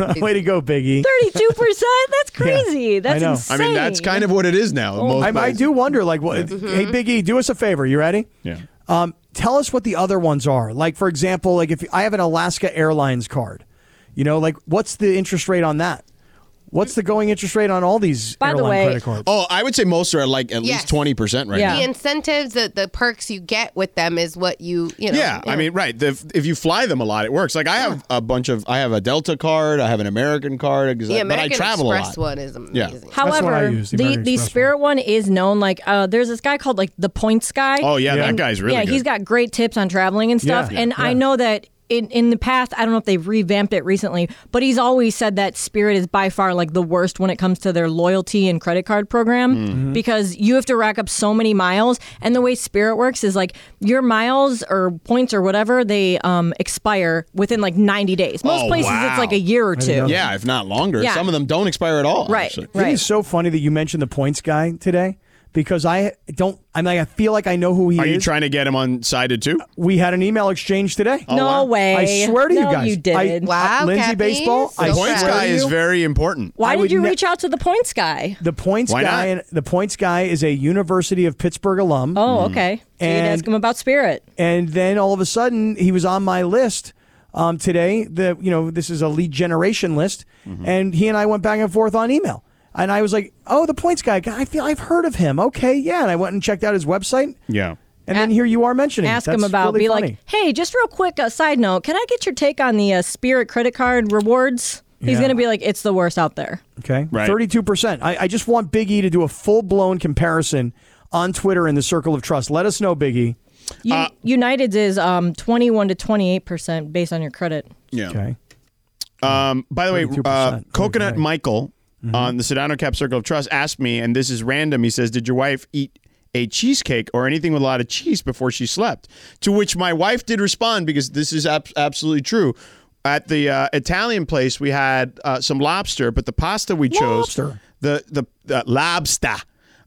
Speaker 9: up.
Speaker 3: yet. Way to go, Biggie.
Speaker 9: Thirty-two percent. That's crazy.
Speaker 3: I
Speaker 9: That's
Speaker 3: know.
Speaker 9: insane.
Speaker 5: I mean, that's kind of what it is
Speaker 9: Oh,
Speaker 5: now. in most
Speaker 3: I, I
Speaker 5: places.
Speaker 3: do wonder, like, what?
Speaker 5: Yeah.
Speaker 10: Mm-hmm.
Speaker 3: Hey, Biggie, do us a favor. You ready?
Speaker 5: Yeah.
Speaker 3: Um, tell us what the other ones are. Like, for example, like if I have an Alaska Airlines card, you know, like what's the interest rate on that? What's the going interest rate on all these
Speaker 10: By the
Speaker 3: airline
Speaker 10: way-
Speaker 3: credit cards?
Speaker 5: Oh, I would say most are at like at
Speaker 10: Yes.
Speaker 5: least 20% right now.
Speaker 10: The incentives, the, the perks you get with them is what you you know.
Speaker 5: yeah, I mean, right. The, if you fly them a lot, it works. Like I have a bunch of, I have a Delta card, I have an American card, 'cause
Speaker 10: The
Speaker 5: I-
Speaker 10: American
Speaker 5: but I travel
Speaker 10: Express
Speaker 5: a lot.
Speaker 10: one is amazing.
Speaker 5: Yeah.
Speaker 9: However, the, the spirit one is known. Like, uh, there's this guy called like the points guy.
Speaker 5: Oh, yeah, that
Speaker 9: And-
Speaker 5: guy's really
Speaker 9: Yeah, he's
Speaker 5: good.
Speaker 9: got great tips on traveling and stuff.
Speaker 5: Yeah.
Speaker 9: and
Speaker 5: Yeah.
Speaker 9: I know that in in the past, I don't know if they've revamped it recently, but he's always said that Spirit is by far like the worst when it comes to their loyalty and credit card program
Speaker 5: Hmm.
Speaker 11: Mhm.
Speaker 9: because you have to rack up so many miles. And the way Spirit works is like your miles or points or whatever they um, expire within like 90 days. Most
Speaker 5: Oh,
Speaker 9: places
Speaker 5: wow.
Speaker 9: it's like a year or two.
Speaker 5: Yeah, if not longer.
Speaker 9: Yeah.
Speaker 5: Some of them don't expire at all.
Speaker 9: Right,
Speaker 5: actually.
Speaker 3: It is so funny that you mentioned the points guy today because I don't. I mean, I feel like I know who he
Speaker 5: Are
Speaker 3: is.
Speaker 5: you trying to get him on sided too?
Speaker 3: we had an email exchange today.
Speaker 5: Oh, No wow. way.
Speaker 3: I swear to
Speaker 9: No,
Speaker 3: you guys.
Speaker 9: you didn't.
Speaker 3: I,
Speaker 9: Wow,
Speaker 3: Lindsay
Speaker 9: Kathy,
Speaker 3: Baseball.
Speaker 9: so
Speaker 3: I
Speaker 5: the points
Speaker 3: swear
Speaker 5: guy
Speaker 3: to
Speaker 5: is
Speaker 3: you,
Speaker 5: very important.
Speaker 9: Why
Speaker 3: I
Speaker 9: did
Speaker 3: would
Speaker 9: you
Speaker 3: ne-
Speaker 9: reach out to the points guy?
Speaker 3: The points
Speaker 5: Why
Speaker 3: guy.
Speaker 5: not?
Speaker 3: The points guy is a University of Pittsburgh alum.
Speaker 5: Hmm.
Speaker 3: Mm.
Speaker 9: Oh, okay. So you'd
Speaker 3: And-
Speaker 9: ask him about Spirit.
Speaker 3: and then all of a sudden he was on my list um, today. The you know this is a lead generation list, and he and I went back and forth on email. And I was like, "Oh, the points guy. I feel I've heard of him. Okay, yeah." And I went and checked out his website,
Speaker 5: Yeah.
Speaker 3: and then here you are mentioning. it.
Speaker 9: ask him
Speaker 3: That's
Speaker 9: about
Speaker 3: really
Speaker 9: be
Speaker 3: funny.
Speaker 9: like hey just real quick a side note can i get your take on the uh, spirit credit card rewards he's
Speaker 3: Yeah.
Speaker 9: gonna be like it's the worst out there
Speaker 3: Okay. Right. 32%. I, I just want Big E to do a full blown comparison on Twitter in the Circle of Trust. Let us know, Big E.
Speaker 9: U-
Speaker 5: Uh,
Speaker 9: united's is um, 21 to 28 percent based on your credit
Speaker 5: Yeah.
Speaker 3: Okay.
Speaker 5: Um, by the way, uh,
Speaker 3: 32%.
Speaker 5: Coconut Michael
Speaker 3: Mm-hmm.
Speaker 5: on the Sedano Cap Circle of Trust asked me, and this is random. He says, Did your wife eat a cheesecake or anything with a lot of cheese before she slept? To which my wife did respond, because this is ab- absolutely true. At the uh, Italian place, we had uh, some lobster, but the pasta we chose,
Speaker 3: Lobster.
Speaker 5: the the, the lobster,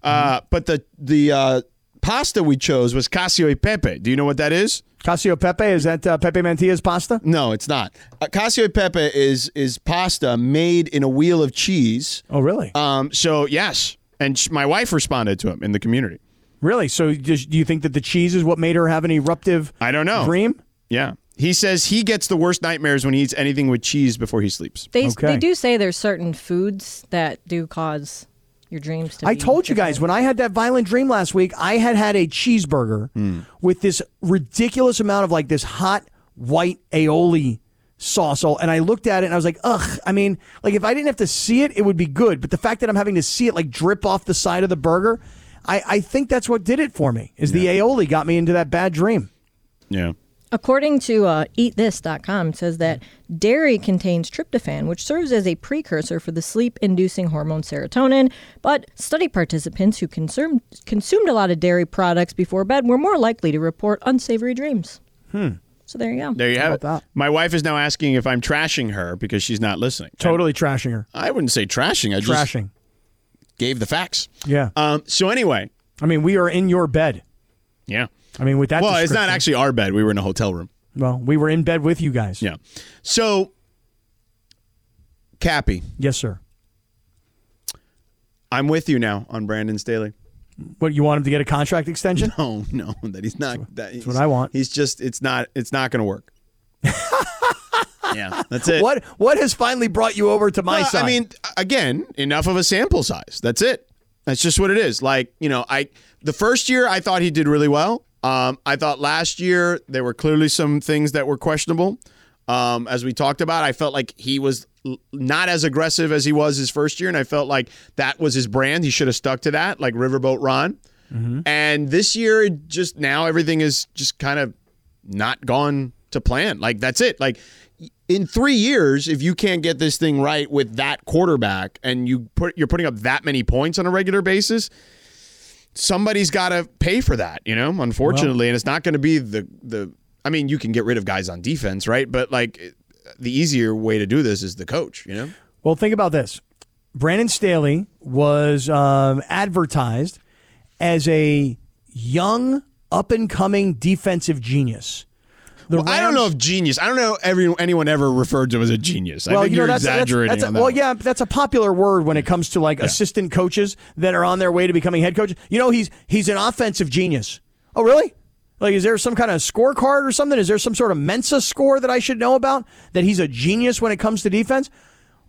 Speaker 5: uh, but the the uh, pasta we chose was Casio e Pepe. Do you know what that is?
Speaker 3: Casio Pepe is that uh, Pepe Mantilla's pasta?
Speaker 5: No, it's not. Uh, Casio e pepe is is pasta made in a wheel of cheese.
Speaker 3: Oh, really?
Speaker 5: Um, so yes, and sh- my wife responded to him in the community.
Speaker 3: Really? So just, do you think that the cheese is what made her have an eruptive
Speaker 5: I don't know.
Speaker 3: dream?
Speaker 5: Yeah, he says he gets the worst nightmares when he eats anything with cheese before he sleeps.
Speaker 9: they, they do say there's certain foods that do cause your dreams to
Speaker 3: I
Speaker 9: be
Speaker 3: told you guys when I had that violent dream last week, I had had a cheeseburger
Speaker 5: Hmm.
Speaker 3: with this ridiculous amount of like this hot white aioli sauce, all, and I looked at it and I was like, ugh. I mean, like if I didn't have to see it, it would be good. But the fact that I'm having to see it like drip off the side of the burger, I, I think that's what did it for me. Is the aioli got me into that bad dream?
Speaker 5: Yeah.
Speaker 9: According to uh, eatthis.com, it says that dairy contains tryptophan, which serves as a precursor for the sleep inducing hormone serotonin. But study participants who consumed, consumed a lot of dairy products before bed were more likely to report unsavory dreams.
Speaker 5: Hmm.
Speaker 9: So there you go.
Speaker 5: There you have it. My wife is now asking if I'm trashing her because she's not listening.
Speaker 3: Totally trashing her.
Speaker 5: I wouldn't say trashing. I just
Speaker 3: Trashing.
Speaker 5: gave the facts.
Speaker 3: Yeah.
Speaker 5: Um. So anyway,
Speaker 3: I mean, we are in your bed.
Speaker 5: yeah.
Speaker 3: I mean, with that.
Speaker 5: well, it's not
Speaker 3: description-
Speaker 5: actually our bed. We were in a hotel room.
Speaker 3: Well, we were in bed with you guys.
Speaker 5: Yeah. So, Cappy,
Speaker 3: Yes, sir.
Speaker 5: I'm with you now on Brandon Staley.
Speaker 3: What you want him to get a contract extension?
Speaker 5: No, no, that he's not. That
Speaker 3: That's what I want.
Speaker 5: He's just. It's not. It's not going to work. yeah, that's it.
Speaker 3: What what has finally brought you over to my
Speaker 5: Well,
Speaker 3: side?
Speaker 5: I mean, again, enough of a sample size. That's it. That's just what it is. Like you know, I the first year I thought he did really well. Um, I thought last year there were clearly some things that were questionable. Um, as we talked about, I felt like he was l- not as aggressive as he was his first year, and I felt like that was his brand. He should have stuck to that, like Riverboat Ron.
Speaker 3: Mm-hmm.
Speaker 5: And this year, it just now everything is just kind of not gone to plan. Like that's it. Like in three years, if you can't get this thing right with that quarterback, and you put you're putting up that many points on a regular basis, somebody's got to pay for that, you know, unfortunately. and it's not going to be the, the, I mean, you can get rid of guys on defense, right? But like it- the easier way to do this is the coach, you know?
Speaker 3: Well, think about this. Brandon Staley was um, advertised as a young, up and coming defensive genius. The
Speaker 5: I don't know if genius, I don't know every, anyone ever referred to him as a genius. I think
Speaker 3: you know,
Speaker 5: you're
Speaker 3: that's- that's-
Speaker 5: exaggerating
Speaker 3: that's a-
Speaker 5: on that.
Speaker 3: Well, yeah, but that's a popular word when it comes to like assistant coaches that are on their way to becoming head coaches. You know, he's he's an offensive genius. Oh, really? Like, is there some kind of scorecard or something? Is there some sort of Mensa score that I should know about that he's a genius when it comes to defense?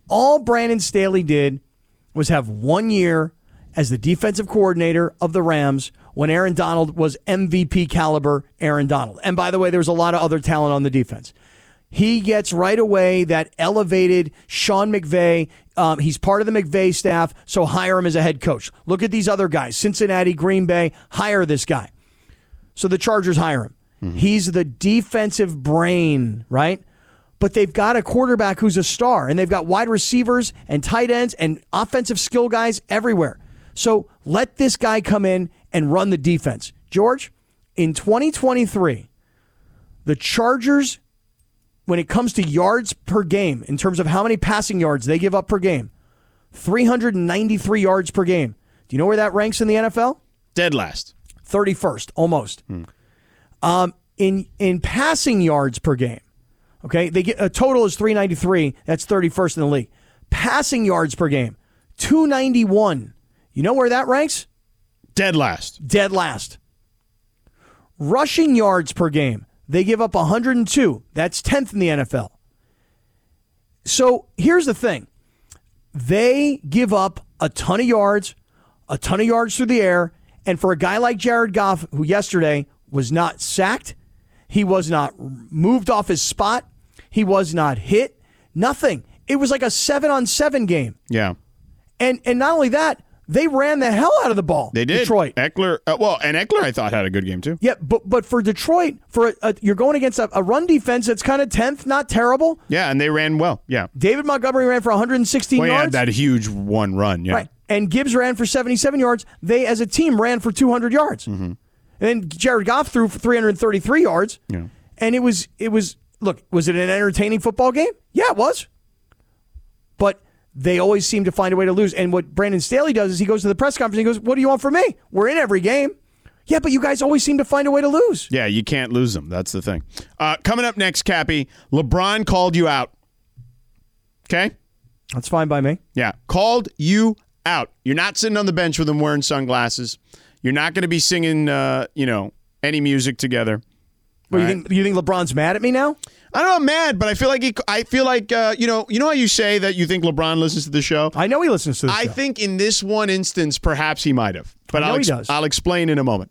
Speaker 3: All Brandon Staley did was have one year as the defensive coordinator of the Rams when Aaron Donald was MVP caliber Aaron Donald. And by the way, there was a lot of other talent on the defense. He gets right away that elevated Sean McVay. Um, he's part of the McVay staff, so hire him as a head coach. Look at these other guys Cincinnati, Green Bay, hire this guy. So the Chargers hire him. He's the defensive brain, right? But they've got a quarterback who's a star, and they've got wide receivers and tight ends and offensive skill guys everywhere. So let this guy come in and run the defense. George, in 2023, the Chargers, when it comes to yards per game, in terms of how many passing yards they give up per game, 393 yards per game. Do you know where that ranks in the NFL?
Speaker 5: Dead last. Hmm.
Speaker 3: 31st, almost. Um, in in passing yards per game, okay, they get a total is 393. That's 31st in the league. Passing yards per game, 291. You know where that ranks?
Speaker 5: Dead last.
Speaker 3: Dead last. Rushing yards per game, they give up 102. That's 10th in the NFL. So here's the thing they give up a ton of yards, a ton of yards through the air. And for a guy like Jared Goff, who yesterday was not sacked, he was not moved off his spot, he was not hit, nothing. It was like a seven on seven game.
Speaker 5: Yeah.
Speaker 3: And, and not only that, they ran the hell out of the ball.
Speaker 5: They did. Detroit. Eckler, uh, well, and Eckler, I thought, had a good game too.
Speaker 3: Yeah, but but for Detroit, for a, a, you're going against a, a run defense that's kind of tenth, not terrible.
Speaker 5: Yeah, and they ran well. Yeah.
Speaker 3: David Montgomery ran for 116
Speaker 5: Well, he had
Speaker 3: yards,
Speaker 5: that huge one run. Yeah.
Speaker 3: right? And Gibbs ran for 77 yards. They, as a team, ran for 200 yards.
Speaker 5: Mm-hmm.
Speaker 3: And then Jared Goff threw for 333 yards.
Speaker 5: Yeah.
Speaker 3: And it was it was look, was it an entertaining football game? Yeah, it was. But they always seem to find a way to lose. And what Brandon Staley does is he goes to the press conference and he goes, "What do you want from me? We're in every game." Yeah, but you guys always seem to find a way to lose.
Speaker 5: Yeah, you can't lose them. That's the thing. Uh, coming up next, Cappy, LeBron called you out. Okay?
Speaker 3: That's fine by me.
Speaker 5: Yeah. Called you out. You're not sitting on the bench with him wearing sunglasses. You're not going to be singing, uh, you know, any music together.
Speaker 3: Well, you think you think LeBron's mad at me now?
Speaker 5: I don't know, I'm mad, but I feel like he, I feel like uh, you know, you know how you say that you think LeBron listens to the show.
Speaker 3: I know he listens to the
Speaker 5: I
Speaker 3: show.
Speaker 5: think in this one instance, perhaps he might have, but
Speaker 3: I know
Speaker 5: I'll
Speaker 3: he
Speaker 5: ex-
Speaker 3: does.
Speaker 5: I'll explain in a moment.